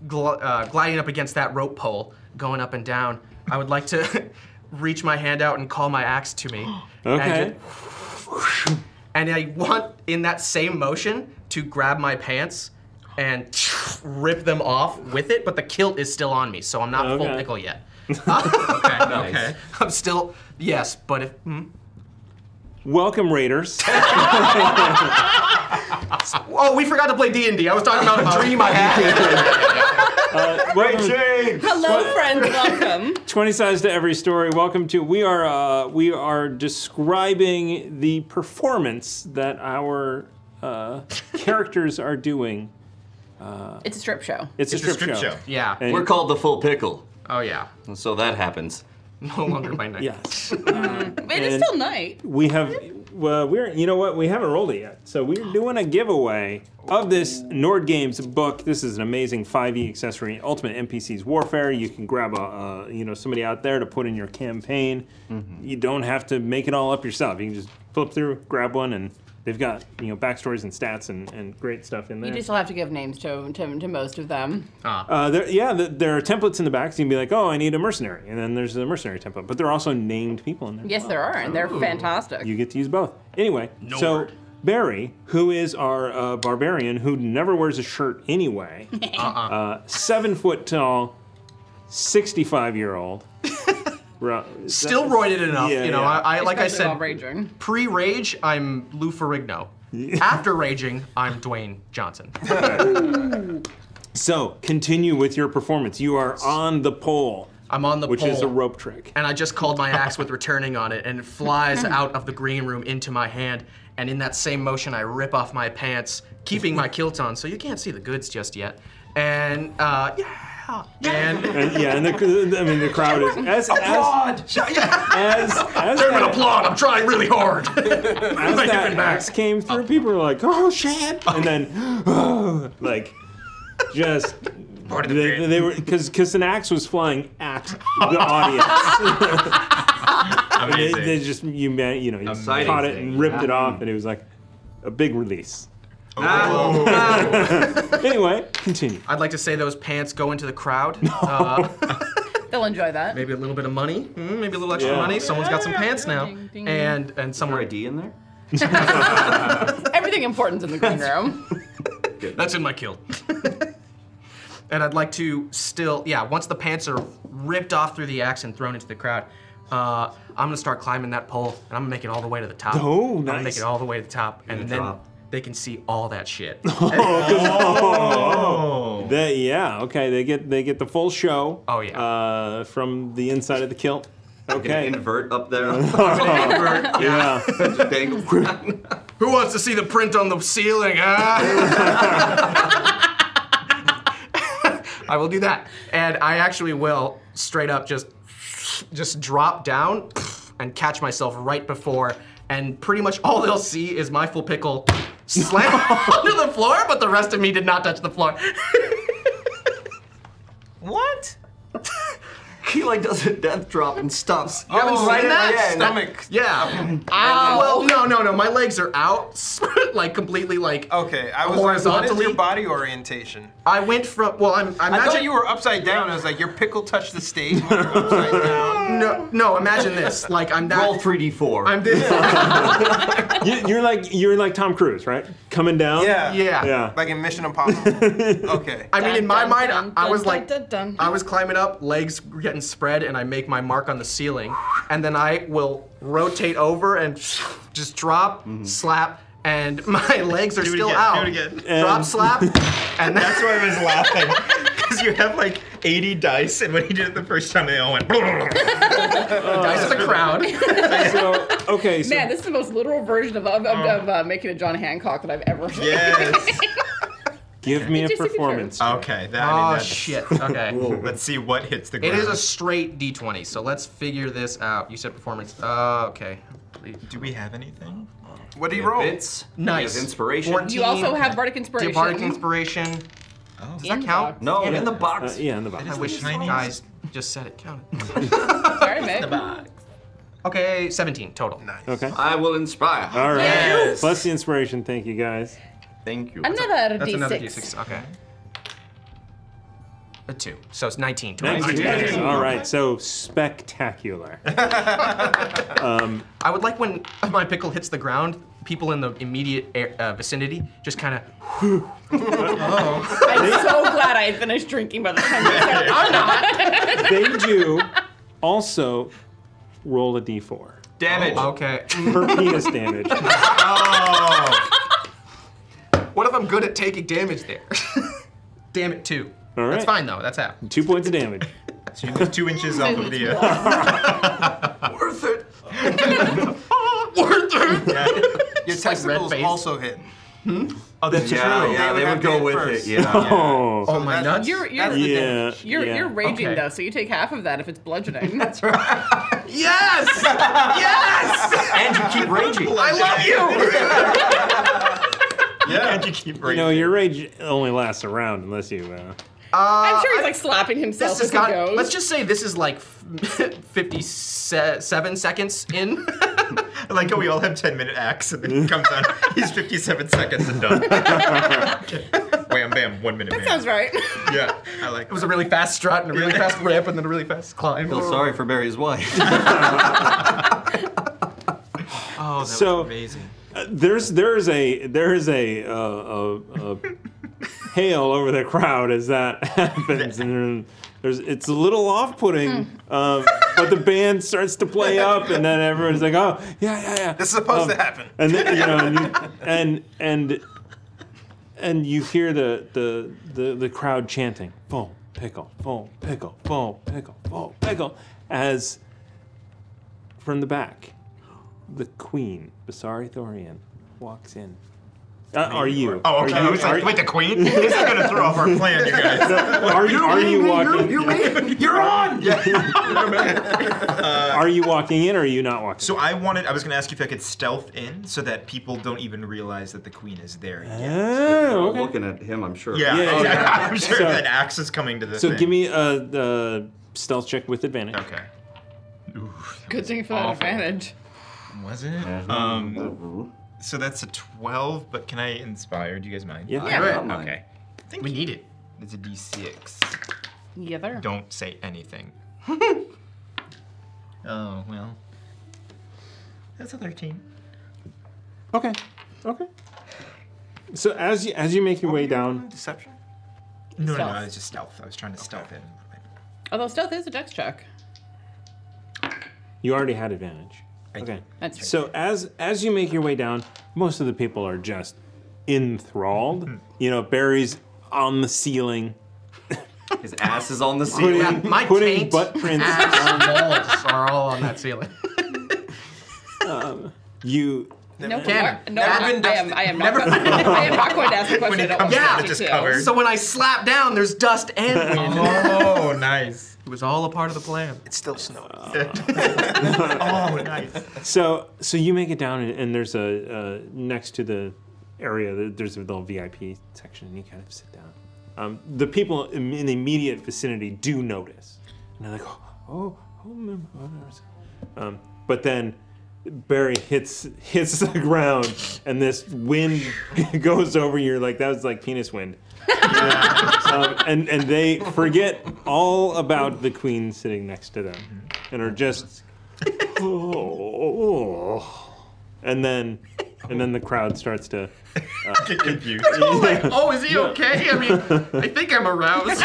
[SPEAKER 8] gl- uh, gliding up against that rope pole, going up and down, I would like to (laughs) reach my hand out and call my axe to
[SPEAKER 1] (gasps)
[SPEAKER 8] me.
[SPEAKER 1] Okay.
[SPEAKER 8] And, just- and I want, in that same motion, to grab my pants and (sniffs) rip them off with it, but the kilt is still on me, so I'm not full
[SPEAKER 1] Okay. (laughs)
[SPEAKER 8] pickle yet. (laughs)
[SPEAKER 6] Okay. Okay.
[SPEAKER 8] I'm still yes, but if hmm?
[SPEAKER 1] Welcome Raiders. Uh,
[SPEAKER 8] oh, we forgot to play D and D. I was
[SPEAKER 1] (laughs)
[SPEAKER 8] talking about a dream I had.
[SPEAKER 1] Uh, welcome-
[SPEAKER 2] Hello, friends. Welcome.
[SPEAKER 1] 20 sides to every story. Welcome to we are uh, we are describing the performance that our uh, (laughs) characters are doing.
[SPEAKER 2] (laughs) It's a strip show.
[SPEAKER 1] It's, a
[SPEAKER 6] It's a
[SPEAKER 1] strip,
[SPEAKER 6] strip
[SPEAKER 1] show.
[SPEAKER 6] show.
[SPEAKER 8] yeah.
[SPEAKER 1] And-
[SPEAKER 3] We're called the Full Pickle,
[SPEAKER 8] Oh yeah.
[SPEAKER 3] and so that happens.
[SPEAKER 8] No longer my night.
[SPEAKER 1] Yes.
[SPEAKER 2] But it is
[SPEAKER 1] And-
[SPEAKER 2] still night.
[SPEAKER 1] We have well, we're you know what? We haven't rolled it yet. So we're doing a giveaway of this Nord Games book. This is an amazing 5e accessory, Ultimate NPCs Warfare. You can grab a uh, you know somebody out there to put in your campaign. You don't have to make it all up yourself. You can just flip through, grab one and They've got you know backstories and stats and, and great stuff in there.
[SPEAKER 2] You do still have to give names to, to, to most of them.
[SPEAKER 1] Uh, there, yeah, th there are templates in the back, so you can be like, oh, I need a mercenary. And then there's a mercenary template. But there are also named people in there.
[SPEAKER 2] Yes, there are, and they're fantastic.
[SPEAKER 1] You get to use both. Anyway, so Barry, who is our uh, barbarian who never wears a shirt anyway, uh, seven foot tall, 65 year old.
[SPEAKER 8] Still roided enough,
[SPEAKER 1] Yeah,
[SPEAKER 8] you know.
[SPEAKER 1] yeah.
[SPEAKER 8] I, I like I
[SPEAKER 2] Especially while
[SPEAKER 8] said,
[SPEAKER 2] raging.
[SPEAKER 8] pre-rage, I'm Lou Ferrigno. After raging, I'm Dwayne Johnson.
[SPEAKER 1] So continue with your performance. You are on the pole,
[SPEAKER 8] I'm on the
[SPEAKER 1] which
[SPEAKER 8] pole,
[SPEAKER 1] is a rope trick.
[SPEAKER 8] and I just called my axe with returning on it, and it flies out of the green room into my hand. And in that same motion, I rip off my pants, keeping my kilt on, so you can't see the goods just yet. And uh, yeah, and
[SPEAKER 1] And, yeah, and the, (laughs) I mean the crowd
[SPEAKER 8] (laughs)
[SPEAKER 1] is as as
[SPEAKER 8] applaud. Yeah.
[SPEAKER 1] as, as
[SPEAKER 8] German
[SPEAKER 1] that-
[SPEAKER 8] applaud. I'm trying really hard.
[SPEAKER 1] As
[SPEAKER 8] (laughs) Like,
[SPEAKER 1] that
[SPEAKER 8] different back.
[SPEAKER 1] axe came through, people were like, "Oh shit!" and then, (gasps) like, just
[SPEAKER 6] Part of the
[SPEAKER 1] they,
[SPEAKER 6] bit.
[SPEAKER 1] they were because because an axe was flying at the audience. they,
[SPEAKER 6] Amazing.
[SPEAKER 1] they just you ma- you know you
[SPEAKER 3] Exciting
[SPEAKER 1] caught it and
[SPEAKER 3] thing.
[SPEAKER 1] ripped it off, and it was like a big release.
[SPEAKER 6] Oh.
[SPEAKER 1] (laughs) Anyway, continue.
[SPEAKER 8] I'd like to say those pants go into the crowd. Uh,
[SPEAKER 2] They'll enjoy that.
[SPEAKER 8] maybe a little bit of money, mm, maybe a little extra
[SPEAKER 2] Yeah.
[SPEAKER 8] money. Someone's got some pants now,
[SPEAKER 2] Ding, ding.
[SPEAKER 8] and and somewhere
[SPEAKER 3] ID in there.
[SPEAKER 2] Everything important's in the green room.
[SPEAKER 8] That's in my kill. (laughs) and I'd like to still, yeah. Once the pants are ripped off through the axe and thrown into the crowd, uh, I'm gonna start climbing that pole, and I'm gonna make it all the way to the top.
[SPEAKER 1] Oh,
[SPEAKER 8] I'm gonna make
[SPEAKER 1] nice.
[SPEAKER 8] it all the way to the top, and then
[SPEAKER 1] drop.
[SPEAKER 8] they can see all that shit.
[SPEAKER 1] (laughs) Oh, They- yeah. Okay, they get they get the full show. Oh yeah. Uh, from the inside of the kilt. Okay.
[SPEAKER 3] Invert up
[SPEAKER 1] (laughs)
[SPEAKER 3] there. (laughs)
[SPEAKER 8] Invert,
[SPEAKER 1] yeah.
[SPEAKER 3] (laughs)
[SPEAKER 8] Who wants to see the print on the ceiling? huh? (laughs) I will do that, and I actually will straight up just just drop down and catch myself right before, and pretty much all they'll see is my full pickle slam (laughs) onto the floor, but the rest of me did not touch the floor. (laughs)
[SPEAKER 6] What?
[SPEAKER 3] he like does a death drop and stops.
[SPEAKER 8] You haven't
[SPEAKER 6] Oh,
[SPEAKER 8] seen
[SPEAKER 6] yeah,
[SPEAKER 8] that?
[SPEAKER 6] yeah,
[SPEAKER 8] stomach. Yeah. Ow. Well, no, no, no. My legs are out, (laughs) like completely, like
[SPEAKER 4] okay. I was like, what is
[SPEAKER 8] horizontally.
[SPEAKER 4] your body orientation?
[SPEAKER 8] I went from well, I'm.
[SPEAKER 4] I,
[SPEAKER 8] I'm imagine
[SPEAKER 4] thought you were upside down. I was like, your pickle touched the stage. (laughs) when you're upside
[SPEAKER 8] No, no. Imagine this. Like I'm that.
[SPEAKER 3] Roll three d four.
[SPEAKER 8] I'm this.
[SPEAKER 1] you, are like you're like Tom Cruise, right? Coming down.
[SPEAKER 8] Yeah. Yeah.
[SPEAKER 1] Yeah.
[SPEAKER 4] Like in Mission Impossible.
[SPEAKER 3] (laughs)
[SPEAKER 4] okay.
[SPEAKER 8] I mean, in my mind, I- I was like,
[SPEAKER 2] dun.
[SPEAKER 8] I was climbing up, legs getting spread, and I make my mark on the ceiling, and then I will rotate over and (laughs) just drop, slap, and (laughs) my legs are
[SPEAKER 6] Do it
[SPEAKER 8] still
[SPEAKER 6] again,
[SPEAKER 8] out.
[SPEAKER 6] do it again.
[SPEAKER 8] Drop,
[SPEAKER 6] And-
[SPEAKER 8] slap, and
[SPEAKER 6] That's
[SPEAKER 8] (laughs)
[SPEAKER 6] why I was laughing. Because you have like 80 dice, and when he did it the first time, they all went. (laughs) dice
[SPEAKER 8] is a
[SPEAKER 6] (laughs)
[SPEAKER 8] crowd.
[SPEAKER 1] so, okay, so
[SPEAKER 2] Man, this is the most literal version of, of, of, of uh, making a John Hancock that I've ever seen. (laughs)
[SPEAKER 6] Yes.
[SPEAKER 1] give me a performance.
[SPEAKER 6] Okay. That,
[SPEAKER 8] Oh,
[SPEAKER 6] I
[SPEAKER 1] Ah,
[SPEAKER 6] mean, that's- (laughs)
[SPEAKER 8] shit, okay.
[SPEAKER 6] Whoa, let's see what hits the
[SPEAKER 8] It
[SPEAKER 6] ground.
[SPEAKER 8] is a straight D20, so let's figure this out. You said performance. Uh, okay.
[SPEAKER 6] Do we have anything?
[SPEAKER 4] What do
[SPEAKER 6] you
[SPEAKER 4] you roll?
[SPEAKER 3] Bits.
[SPEAKER 8] Nice.
[SPEAKER 3] He has inspiration.
[SPEAKER 2] You also have Bardic Inspiration.
[SPEAKER 8] Bardic Inspiration. Does that count?
[SPEAKER 3] No, in the box.
[SPEAKER 1] Uh, yeah, in the box.
[SPEAKER 8] Oh. I wish you guys just said it counted.
[SPEAKER 2] Sorry, mate.
[SPEAKER 8] (laughs) Okay, 17 total.
[SPEAKER 1] Okay.
[SPEAKER 3] I will inspire.
[SPEAKER 1] All right.
[SPEAKER 2] Yes.
[SPEAKER 1] Plus the inspiration. Thank you guys.
[SPEAKER 3] Thank you.
[SPEAKER 2] Another
[SPEAKER 8] That's
[SPEAKER 2] D6.
[SPEAKER 8] another D6. Okay. A two. So it's 19 total.
[SPEAKER 1] 19. All right. So spectacular. um,
[SPEAKER 8] I would like when (laughs) my pickle hits the ground, people in the immediate air, uh, vicinity just (laughs) kind of.
[SPEAKER 2] I'm so glad I finished drinking by the time you
[SPEAKER 8] (laughs)
[SPEAKER 2] started. I'm not.
[SPEAKER 1] they do also roll a d4
[SPEAKER 8] Damage. (laughs) okay.
[SPEAKER 1] for penis damage.
[SPEAKER 8] What if I'm good at taking damage there? (laughs) Damn it, two.
[SPEAKER 1] All right.
[SPEAKER 8] That's fine though. That's (laughs) half.
[SPEAKER 1] Two points of damage.
[SPEAKER 6] So you lose two inches off of (laughs) the. Uh,
[SPEAKER 8] Worth it.
[SPEAKER 4] Your
[SPEAKER 8] like red
[SPEAKER 4] testicles
[SPEAKER 8] face.
[SPEAKER 4] also hit.
[SPEAKER 6] oh, that's
[SPEAKER 3] Yeah,
[SPEAKER 6] true.
[SPEAKER 3] yeah,
[SPEAKER 4] They would
[SPEAKER 3] they
[SPEAKER 4] have
[SPEAKER 3] would go
[SPEAKER 4] hit
[SPEAKER 3] with
[SPEAKER 4] first.
[SPEAKER 3] it. Yeah.
[SPEAKER 1] (laughs) Oh.
[SPEAKER 8] (laughs) Oh my nuts.
[SPEAKER 2] You're you're
[SPEAKER 1] the Yeah, damage.
[SPEAKER 2] you're,
[SPEAKER 1] yeah.
[SPEAKER 2] you're raging
[SPEAKER 8] Okay.
[SPEAKER 2] though, so you take half of that if it's
[SPEAKER 8] (laughs)
[SPEAKER 2] bludgeoning. That's
[SPEAKER 8] Yes! (laughs)
[SPEAKER 2] (laughs)
[SPEAKER 8] yes!
[SPEAKER 3] And you keep raging.
[SPEAKER 8] I love you!
[SPEAKER 6] yeah. And you keep
[SPEAKER 1] You
[SPEAKER 6] raising.
[SPEAKER 1] know, your rage only lasts a round unless you. Uh,
[SPEAKER 2] I'm sure he's like slapping himself
[SPEAKER 8] This has
[SPEAKER 2] as he
[SPEAKER 8] got.
[SPEAKER 2] goes.
[SPEAKER 8] Let's just say this is like f- (laughs) 57 seconds in. (laughs) oh,
[SPEAKER 6] I like how we all have 10 minute acts, and then he comes
[SPEAKER 1] (laughs)
[SPEAKER 6] on. He's 57 seconds and done. Wham bam, one minute.
[SPEAKER 2] that
[SPEAKER 6] man.
[SPEAKER 2] sounds
[SPEAKER 8] (laughs)
[SPEAKER 2] right.
[SPEAKER 6] Yeah, I like.
[SPEAKER 8] It was a really fast strut and a really fast ramp and then a really fast climb. (laughs)
[SPEAKER 3] Feel sorry for Barry's wife.
[SPEAKER 6] Oh, that
[SPEAKER 1] So-
[SPEAKER 6] was amazing.
[SPEAKER 1] there's there's a there's a, uh, a, a hail over the crowd as that (laughs) happens, and then there's it's a little off-putting, um, but the band starts to play up, and then everyone's like, oh yeah yeah yeah.
[SPEAKER 4] This is supposed
[SPEAKER 1] Um,
[SPEAKER 4] to happen.
[SPEAKER 1] and then, you know, and, you- and and and you hear the the the, the crowd chanting, "Boom, pickle, boom, pickle, boom, pickle, boom, pickle," as from the back, the queen, Basari Thorian, walks in. Uh, are you?
[SPEAKER 6] Oh, okay.
[SPEAKER 1] Are
[SPEAKER 6] I
[SPEAKER 1] you,
[SPEAKER 6] was
[SPEAKER 1] are,
[SPEAKER 6] like, wait, the queen? This is gonna throw off our plan,
[SPEAKER 1] (laughs)
[SPEAKER 6] you guys.
[SPEAKER 1] are you, are you walking?
[SPEAKER 6] You're
[SPEAKER 3] (laughs)
[SPEAKER 6] on.
[SPEAKER 1] Are you walking in, or are you not walking?
[SPEAKER 6] So I wanted. I was gonna ask you if I could stealth in, so that people don't even realize that the queen is there.
[SPEAKER 1] in?
[SPEAKER 6] Yet.
[SPEAKER 1] Oh, okay.
[SPEAKER 3] Looking at him, I'm sure.
[SPEAKER 6] Yeah,
[SPEAKER 1] Yeah, yeah.
[SPEAKER 6] (laughs) I'm sure
[SPEAKER 1] So-
[SPEAKER 6] that axe is coming to the.
[SPEAKER 1] So
[SPEAKER 6] thing.
[SPEAKER 1] give me a, the stealth check with advantage.
[SPEAKER 6] Okay.
[SPEAKER 2] Good thing for that
[SPEAKER 6] Awful.
[SPEAKER 2] advantage.
[SPEAKER 6] Was it?
[SPEAKER 3] Mm-hmm.
[SPEAKER 6] Um. So that's a 12, but can I inspire? Do you guys mind?
[SPEAKER 1] Yeah.
[SPEAKER 2] Yeah.
[SPEAKER 6] Alright,
[SPEAKER 3] Don't mind.
[SPEAKER 6] Okay.
[SPEAKER 8] We need it.
[SPEAKER 6] It's a D6.
[SPEAKER 2] Yeah, there.
[SPEAKER 1] (laughs)
[SPEAKER 6] Don't say anything. Oh, well. That's a 13.
[SPEAKER 1] Okay. Okay. So as you as you make your way down,
[SPEAKER 6] Oh, Deception? No, no, no,
[SPEAKER 2] Stealth.
[SPEAKER 6] it's just stealth. I was trying to stealth in.
[SPEAKER 2] Although stealth is a dex check.
[SPEAKER 1] you already had advantage. Okay.
[SPEAKER 2] That's right.
[SPEAKER 1] So as as you make your way down, most of the people are just enthralled.
[SPEAKER 8] Hmm.
[SPEAKER 1] You know, Barry's on the ceiling.
[SPEAKER 3] His ass is on the
[SPEAKER 1] Putting-
[SPEAKER 8] Yeah, my
[SPEAKER 1] putting
[SPEAKER 8] taint Ah.
[SPEAKER 1] butt
[SPEAKER 8] (laughs)
[SPEAKER 1] prints
[SPEAKER 8] and balls are all on that ceiling.
[SPEAKER 1] Um, you
[SPEAKER 2] No,
[SPEAKER 8] Cannon.
[SPEAKER 2] no,
[SPEAKER 8] Never
[SPEAKER 2] I,
[SPEAKER 8] been
[SPEAKER 2] I am. (laughs) I am not. I
[SPEAKER 8] (laughs)
[SPEAKER 2] am not going to ask the question. I don't want
[SPEAKER 8] yeah,
[SPEAKER 2] to ask you to.
[SPEAKER 8] So when I slap down, there's dust and wind.
[SPEAKER 6] (laughs) oh, nice.
[SPEAKER 8] It was all a part of
[SPEAKER 6] (laughs)
[SPEAKER 8] the plan.
[SPEAKER 6] It's still snowing.
[SPEAKER 1] oh,
[SPEAKER 6] nice.
[SPEAKER 1] So, so you make it down, and, and there's a uh, next to the area. th- There's a little VIP section, and you kind of sit down. Um, the people in in the immediate vicinity do notice, and they're like, "Oh, oh, mem- oh, there's-" um, but then." Barry hits hits the ground, and this wind (laughs) goes over you. Like that was like penis wind, (laughs) um, and and they forget all about the queen sitting next to them, and are just oh, and then and then the crowd starts to uh,
[SPEAKER 6] get confused.
[SPEAKER 1] (laughs)
[SPEAKER 8] I'm like, oh, is he okay? I mean, I think I'm aroused. (laughs)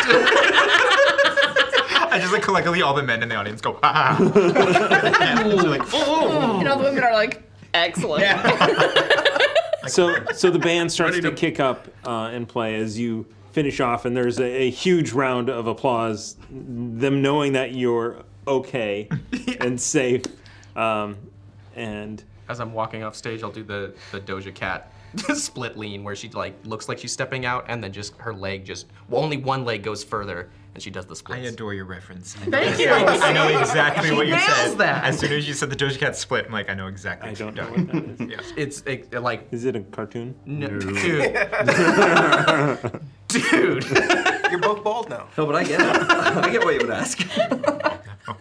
[SPEAKER 6] I just like collectively all the men in the audience go, ah. and they're like,
[SPEAKER 2] And all the women are like, excellent.
[SPEAKER 1] so so the band starts to, kick up uh, and play as you finish off, and there's a, a huge round of applause. Them knowing that you're okay and safe, um, and
[SPEAKER 8] As I'm walking off stage, I'll do the, the Doja Cat (laughs) split lean where she like looks like she's stepping out and then just her leg just well, only one leg goes further and she does the splits. I adore
[SPEAKER 6] your reference.
[SPEAKER 8] Thank you.
[SPEAKER 6] I know exactly
[SPEAKER 8] She
[SPEAKER 6] what you
[SPEAKER 8] nails
[SPEAKER 6] said.
[SPEAKER 8] that.
[SPEAKER 6] As soon as you said the Doja Cat split, I'm like, I know exactly. I don't know
[SPEAKER 1] what that
[SPEAKER 6] is. yeah.
[SPEAKER 8] (laughs) It's it, it, like.
[SPEAKER 1] Is it a cartoon?
[SPEAKER 8] No.
[SPEAKER 3] Dude.
[SPEAKER 8] (laughs) Dude. (laughs)
[SPEAKER 4] You're both bald now.
[SPEAKER 3] No, but I get (laughs) it. I get what you would ask.
[SPEAKER 6] (laughs) Oh,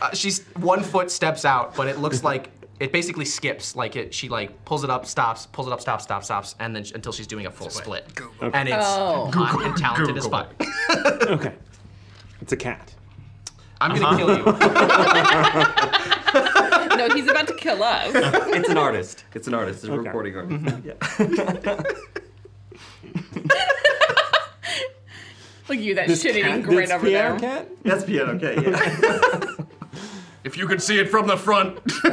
[SPEAKER 8] Uh, she's one foot steps out, but it looks like it basically skips. Like it, she like pulls it up, stops, pulls it up, stops, stops, stops, and then until she's doing a full split.
[SPEAKER 1] Okay.
[SPEAKER 8] And it's
[SPEAKER 2] Oh.
[SPEAKER 8] hot and talented as
[SPEAKER 1] Google.
[SPEAKER 8] fuck.
[SPEAKER 1] okay, it's a cat.
[SPEAKER 8] I'm gonna kill you.
[SPEAKER 2] (laughs) no, he's about to kill us.
[SPEAKER 3] It's an artist. It's an artist. It's a
[SPEAKER 1] Okay.
[SPEAKER 3] recording artist.
[SPEAKER 2] Look at you, that
[SPEAKER 3] This
[SPEAKER 2] shit
[SPEAKER 3] cat-
[SPEAKER 2] eating grin
[SPEAKER 3] this
[SPEAKER 2] over
[SPEAKER 3] piano
[SPEAKER 2] there.
[SPEAKER 1] Cat?
[SPEAKER 3] That's piano. Okay, yeah. (laughs)
[SPEAKER 8] If you could see it from the front.
[SPEAKER 6] oh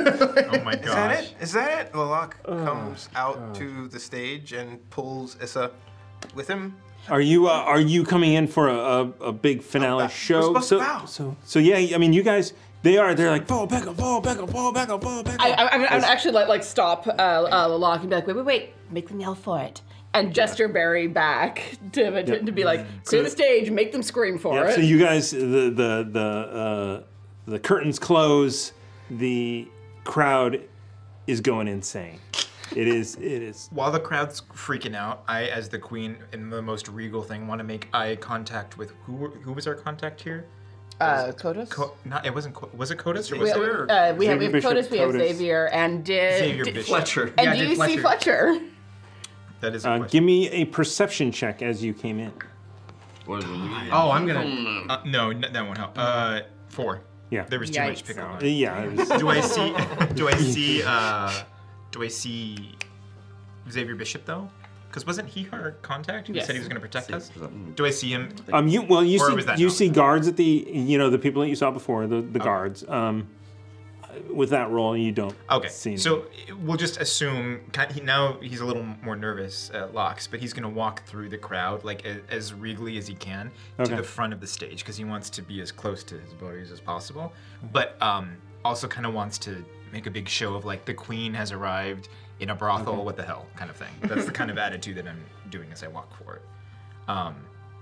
[SPEAKER 6] my
[SPEAKER 4] Is that it? Is that it? Lalak comes out to the stage and pulls Issa with him.
[SPEAKER 1] Are you uh, are you coming in for a, a, a big finale show?
[SPEAKER 4] supposed
[SPEAKER 1] so,
[SPEAKER 4] to bow.
[SPEAKER 1] so so yeah, I mean you guys they are they're like fall back up, fall back up, fall back up, fall back up.
[SPEAKER 2] I, I, I'm gonna I'm gonna actually like, like stop uh, uh, Lalak and be like, wait, wait, wait, make them yell for it. And gesture Barry back to, to,
[SPEAKER 1] Yeah.
[SPEAKER 2] to be like, clear the stage, make them scream for
[SPEAKER 1] Yeah,
[SPEAKER 2] it.
[SPEAKER 1] so you guys, the the the uh, the curtains close. The crowd is going insane. It is. It is.
[SPEAKER 6] While the crowd's freaking out, I, as the queen, in the most regal thing, want to make eye contact with who? were- Who was our contact here?
[SPEAKER 2] uh, Codas?
[SPEAKER 6] Co- not, it wasn't. Co- Was it Codas or
[SPEAKER 2] We,
[SPEAKER 6] was
[SPEAKER 2] have-
[SPEAKER 6] there?
[SPEAKER 2] uh, we have, we have Codas, we have Xavier, and did,
[SPEAKER 6] Xavier
[SPEAKER 2] did-
[SPEAKER 6] Bishop. Fletcher.
[SPEAKER 2] And
[SPEAKER 6] Yeah,
[SPEAKER 2] do
[SPEAKER 6] did
[SPEAKER 2] you see Fletcher?
[SPEAKER 6] That is.
[SPEAKER 1] Uh, give me a perception check as you came in.
[SPEAKER 6] Oh, I'm gonna. Uh, no, n- that won't help. Uh, four.
[SPEAKER 1] Yeah.
[SPEAKER 6] There was too much
[SPEAKER 1] Yikes.
[SPEAKER 6] pickup.
[SPEAKER 1] Uh, yeah, it was-
[SPEAKER 6] Do I see?
[SPEAKER 1] (laughs)
[SPEAKER 6] Do I see? Uh, do I see Xavier Bishop though? Because wasn't he our contact? He
[SPEAKER 1] Yes.
[SPEAKER 6] said he was gonna protect us. Do I see him?
[SPEAKER 1] Um, you well, you
[SPEAKER 6] or
[SPEAKER 1] see
[SPEAKER 6] was that
[SPEAKER 1] you
[SPEAKER 6] not?
[SPEAKER 1] see guards at the you know the people that you saw before the the guards. Um, with that roll, you don't.
[SPEAKER 6] Okay.
[SPEAKER 1] See
[SPEAKER 6] So we'll just assume ki- he- now he's a little more nervous, uh, Locks, but he's going to walk through the crowd like a, as regally as he can
[SPEAKER 1] Okay.
[SPEAKER 6] to the front of the stage because he wants to be as close to his buddies as possible, but um, also kind of wants to make a big show of like the queen has arrived in a brothel,
[SPEAKER 1] Okay.
[SPEAKER 6] what the hell kind of thing. That's the
[SPEAKER 1] (laughs)
[SPEAKER 6] kind of attitude that I'm doing as I walk forward. Um,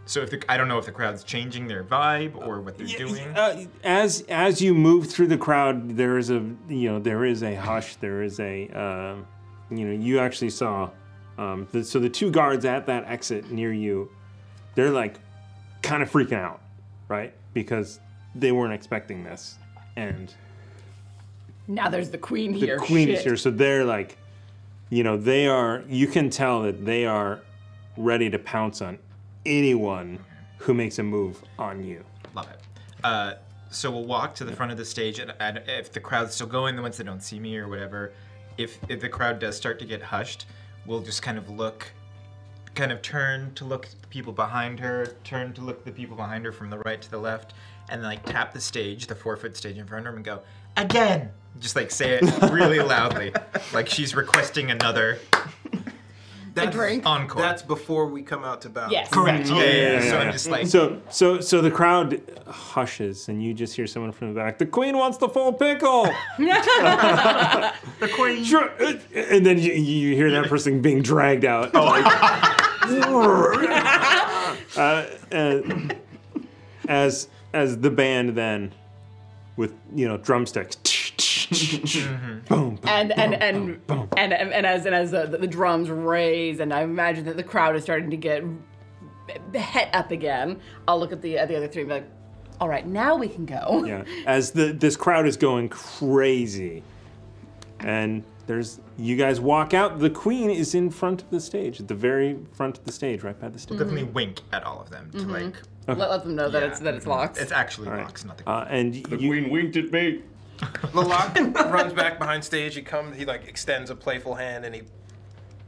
[SPEAKER 6] so if the, I don't know if the crowd's changing their vibe or what they're doing.
[SPEAKER 1] Uh, as as you move through the crowd, there is a you know there is a hush. There is a um you know you actually saw um, the, so the two guards at that exit near you, they're like kind of freaking out, right? Because they weren't expecting this, and
[SPEAKER 2] Now there's the queen
[SPEAKER 1] the
[SPEAKER 2] here.
[SPEAKER 1] queen is
[SPEAKER 2] shit.
[SPEAKER 1] here, so they're like, you know, they are. You can tell that they are ready to pounce on anyone who makes a move on you.
[SPEAKER 6] Uh, so we'll walk to the front of the stage, and, and if the crowd's still going, the ones that don't see me or whatever, if, if the crowd does start to get hushed, we'll just kind of look, kind of turn to look at the people behind her, turn to look at the people behind her from the right to the left, and then like tap the stage, the four foot stage in front of her, and go, again! Just like say (laughs) it really loudly, like she's requesting another
[SPEAKER 4] That's
[SPEAKER 6] drink? encore.
[SPEAKER 4] That's before we come out to bow.
[SPEAKER 6] Yes. Correct. Yeah, yeah, yeah. So I'm just like-
[SPEAKER 1] so so so the crowd hushes, and you just hear someone from the back. The queen wants the full pickle.
[SPEAKER 6] (laughs) the queen.
[SPEAKER 1] Sure. And then you, you hear that person being dragged out.
[SPEAKER 6] Oh,
[SPEAKER 1] Like, (laughs) uh, and as as the band then, with you know drumsticks, (laughs) boom,
[SPEAKER 2] and and and, and and and as and as the, the drums raise, and I imagine that the crowd is starting to get het up again. I'll look at the at the other three and be like, "All right, now we can go."
[SPEAKER 1] yeah. As the this crowd is going crazy, and there's you guys walk out. The queen is in front of the stage, at the very front of the stage, right by the stage.
[SPEAKER 6] Definitely wink at all of them to
[SPEAKER 2] Mhm.
[SPEAKER 6] like.
[SPEAKER 1] Okay.
[SPEAKER 2] (laughs) Let, let them know that it's that it's locks.
[SPEAKER 6] It's actually
[SPEAKER 1] All right.
[SPEAKER 6] locks, not the.
[SPEAKER 1] Uh, and the
[SPEAKER 4] queen
[SPEAKER 1] winked at me.
[SPEAKER 6] (laughs)
[SPEAKER 4] Lalak runs back behind stage. He comes. He like extends a playful hand and he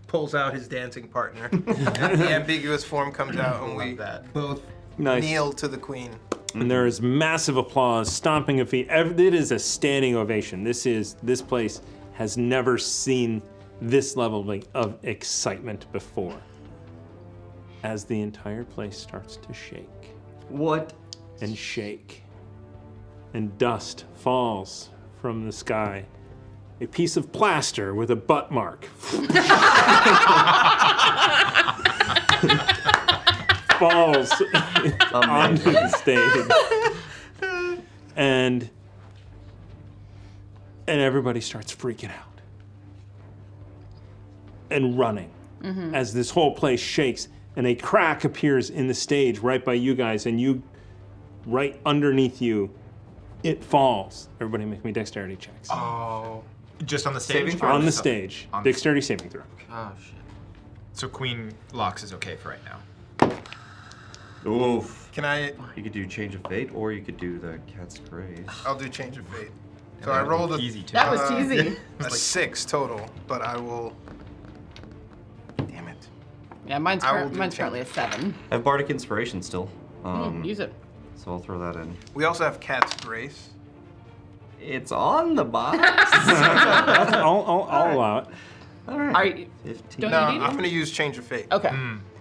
[SPEAKER 4] pulls out his dancing
[SPEAKER 6] (laughs)
[SPEAKER 4] partner. and the ambiguous form comes out, and we both
[SPEAKER 1] Nice.
[SPEAKER 4] kneel to the queen.
[SPEAKER 1] and there is massive applause, stomping of feet. Ev- It is a standing ovation. This is this place has never seen this level of- of excitement before. As the entire place starts to shake.
[SPEAKER 3] What?
[SPEAKER 1] And shake. And dust falls from the sky. A piece of plaster with a butt mark (laughs) falls (laughs)
[SPEAKER 3] Oh.
[SPEAKER 1] onto (laughs) the stage. And and everybody starts freaking out and running
[SPEAKER 9] Mhm.
[SPEAKER 1] as this whole place shakes and a crack appears in the stage right by you guys and you right underneath you it falls everybody make me dexterity checks
[SPEAKER 6] Oh. Just on the stage.
[SPEAKER 1] Saving throw? On the stage.
[SPEAKER 6] On
[SPEAKER 1] Dexterity saving throw.
[SPEAKER 6] Oh shit. So Queen Locks is okay for right now.
[SPEAKER 3] Oof.
[SPEAKER 4] Can I?
[SPEAKER 3] You could do change of fate, or you could do the cat's craze.
[SPEAKER 6] Oh,
[SPEAKER 4] I'll do change of fate.
[SPEAKER 3] And
[SPEAKER 4] So
[SPEAKER 3] that
[SPEAKER 4] I
[SPEAKER 3] was
[SPEAKER 4] rolled a
[SPEAKER 3] easy, too. That was easy. It
[SPEAKER 4] a six total, but I will. Damn it.
[SPEAKER 2] yeah, mine's
[SPEAKER 4] I
[SPEAKER 2] cur-
[SPEAKER 4] will do
[SPEAKER 2] mine's
[SPEAKER 4] change.
[SPEAKER 2] currently a seven.
[SPEAKER 3] I have bardic inspiration still. Um,
[SPEAKER 2] Mm, use it.
[SPEAKER 3] So I'll throw that in.
[SPEAKER 4] We also have cat's grace.
[SPEAKER 3] It's on the box. (laughs)
[SPEAKER 1] I'll, I'll, I'll allow it.
[SPEAKER 3] All right.
[SPEAKER 2] Are you- Don't
[SPEAKER 4] no,
[SPEAKER 2] you need it?
[SPEAKER 4] I'm going to use change of fate.
[SPEAKER 2] Okay.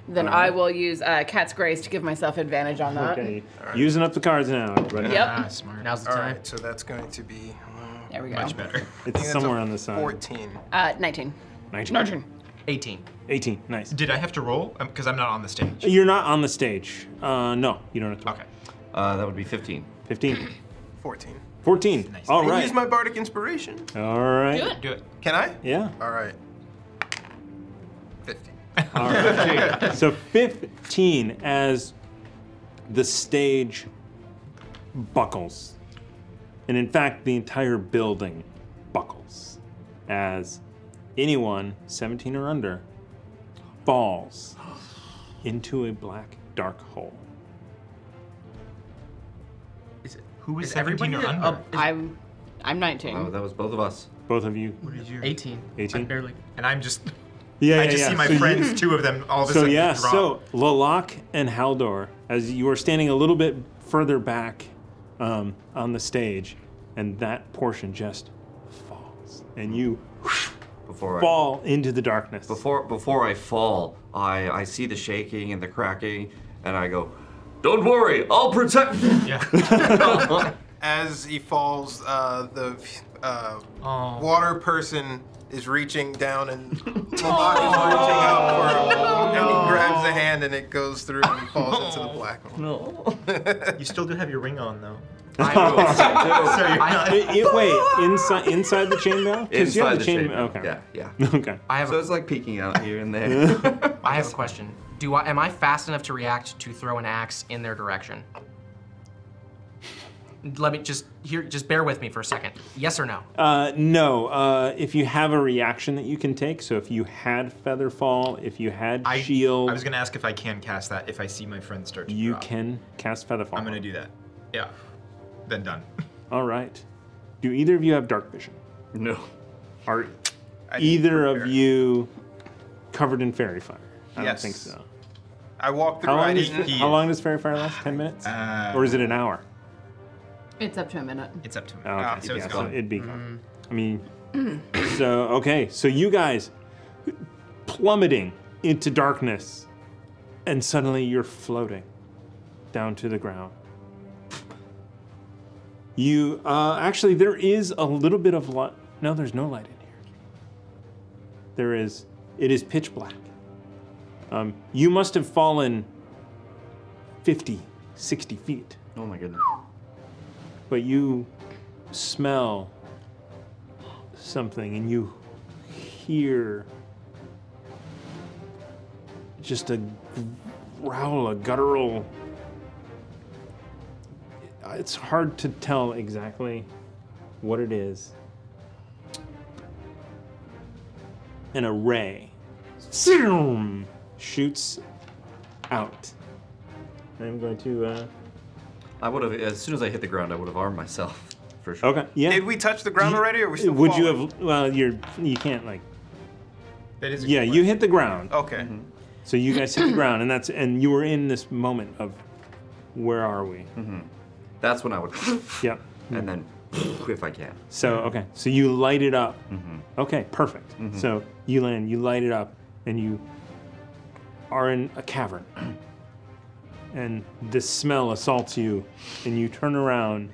[SPEAKER 2] Then I will use uh, Cat's Grace to give myself advantage on that.
[SPEAKER 1] okay using up the cards now everybody.
[SPEAKER 2] Yep. Ah,
[SPEAKER 6] smart.
[SPEAKER 2] Now's the
[SPEAKER 4] All
[SPEAKER 2] time.
[SPEAKER 4] right, so that's going to be. uh,
[SPEAKER 2] There we go. Much better.
[SPEAKER 6] I
[SPEAKER 1] it's
[SPEAKER 4] that's
[SPEAKER 1] somewhere
[SPEAKER 4] a
[SPEAKER 1] on the side
[SPEAKER 4] 14.
[SPEAKER 2] Uh, 19.
[SPEAKER 1] 19.
[SPEAKER 2] 19.
[SPEAKER 6] 18.
[SPEAKER 1] 18 nice
[SPEAKER 6] (laughs) Did I have to roll? Because I'm not on the stage.
[SPEAKER 1] You're not on the stage. Uh, no, you don't have to. Okay.
[SPEAKER 3] Uh, that would be 15.
[SPEAKER 1] 15.
[SPEAKER 4] 14.
[SPEAKER 1] 14. All
[SPEAKER 4] I
[SPEAKER 1] right.
[SPEAKER 4] Use my bardic inspiration.
[SPEAKER 1] All right.
[SPEAKER 4] Do it. Can I?
[SPEAKER 1] Yeah.
[SPEAKER 4] All right.
[SPEAKER 1] All right. so 15 as the stage buckles. And in fact, the entire building buckles as anyone 17 or under falls (gasps) into a black dark hole.
[SPEAKER 6] Is it, who
[SPEAKER 8] is 17 or under?
[SPEAKER 2] I'm, I'm 19.
[SPEAKER 3] Oh, that was both of us.
[SPEAKER 1] Both of you.
[SPEAKER 8] 18.
[SPEAKER 1] 18?
[SPEAKER 8] I barely.
[SPEAKER 6] And I'm just.
[SPEAKER 1] Yeah,
[SPEAKER 6] I
[SPEAKER 1] yeah,
[SPEAKER 6] just
[SPEAKER 1] yeah.
[SPEAKER 6] see my
[SPEAKER 1] So you-
[SPEAKER 6] friends, two of them, all of a
[SPEAKER 1] so
[SPEAKER 6] sudden
[SPEAKER 1] yeah,
[SPEAKER 6] drop.
[SPEAKER 1] so Lalak and Haldor, as you are standing a little bit further back um, on the stage, and that portion just falls, and you
[SPEAKER 3] Before I,
[SPEAKER 1] fall into the darkness.
[SPEAKER 3] before before I fall, I I see the shaking and the cracking, and I go, "Don't worry, I'll protect." (laughs)
[SPEAKER 4] As he falls, uh, the uh,
[SPEAKER 6] Oh.
[SPEAKER 4] water person is reaching down and Malak is reaching (laughs) out for him.
[SPEAKER 6] (laughs)
[SPEAKER 4] And he grabs
[SPEAKER 1] Oh.
[SPEAKER 4] the hand and it goes through and falls into the black hole.
[SPEAKER 3] (laughs)
[SPEAKER 6] No. (laughs) you still do have your ring on, though. So you're not-
[SPEAKER 1] It- it- wait, inside inside the chain mail? 'Cause you have
[SPEAKER 3] Inside the chain mail,
[SPEAKER 1] Okay.
[SPEAKER 3] Yeah.
[SPEAKER 1] (laughs) Okay.
[SPEAKER 8] I have. So
[SPEAKER 3] it's like peeking out here and there.
[SPEAKER 8] I have a question. Do I am I fast enough to react to throw an axe in their direction? Let me just here. Just bear with me for a second. Yes or no?
[SPEAKER 1] Uh, no. Uh, if you have a reaction that you can take, so if you had feather fall, if you had shield,
[SPEAKER 6] I was gonna ask if I can cast that if I see my friend start to
[SPEAKER 1] you
[SPEAKER 6] drop.
[SPEAKER 1] can cast feather fall.
[SPEAKER 6] I'm gonna do that. Yeah. Then done. (laughs)
[SPEAKER 1] All right. Do either of you have dark vision?
[SPEAKER 3] No.
[SPEAKER 1] Are either of you covered in fairy fire? I don't
[SPEAKER 6] Yes.
[SPEAKER 1] think so.
[SPEAKER 6] I walked through.
[SPEAKER 1] How
[SPEAKER 6] I
[SPEAKER 1] long, does,
[SPEAKER 6] didn't.
[SPEAKER 1] how long does fairy fire last? Ten minutes, or is it an hour?
[SPEAKER 2] It's up to a minute.
[SPEAKER 6] It's up to a
[SPEAKER 1] Oh, okay.
[SPEAKER 6] Ah, so it's
[SPEAKER 1] yeah,
[SPEAKER 6] gone. Mm.
[SPEAKER 1] it'd be gone. I mean, (clears throat) so okay, so you guys plummeting into darkness, and suddenly you're floating down to the ground. You uh, actually there is a little bit of light. No, there's no light in here. There is. It is pitch black. Um, you must have fallen 50, 60 feet
[SPEAKER 3] Oh my goodness.
[SPEAKER 1] but you smell something and you hear just a growl, a guttural. It's hard to tell exactly what it is. And a ray zoom, shoots out. I'm going to. Uh...
[SPEAKER 3] I would have, as soon as I hit the ground, I would have armed myself for sure.
[SPEAKER 1] Okay. Yeah.
[SPEAKER 6] Did we touch the ground already, or are we still
[SPEAKER 1] Would you
[SPEAKER 6] falling?
[SPEAKER 1] have? Well, you're. You can't like.
[SPEAKER 6] That is a
[SPEAKER 1] Yeah, you hit the ground. Mm-hmm.
[SPEAKER 6] Okay.
[SPEAKER 1] So you guys hit the ground, and that's and you were in this moment of, where are we? Mm-hmm.
[SPEAKER 3] That's when I would. (laughs)
[SPEAKER 1] Yep.
[SPEAKER 3] And then, (laughs) if I can.
[SPEAKER 1] So okay, so you light it up. Okay, perfect.
[SPEAKER 3] Mhm.
[SPEAKER 1] So you land, you light it up, and you are in a cavern. (clears throat) And this smell assaults you, and you turn around,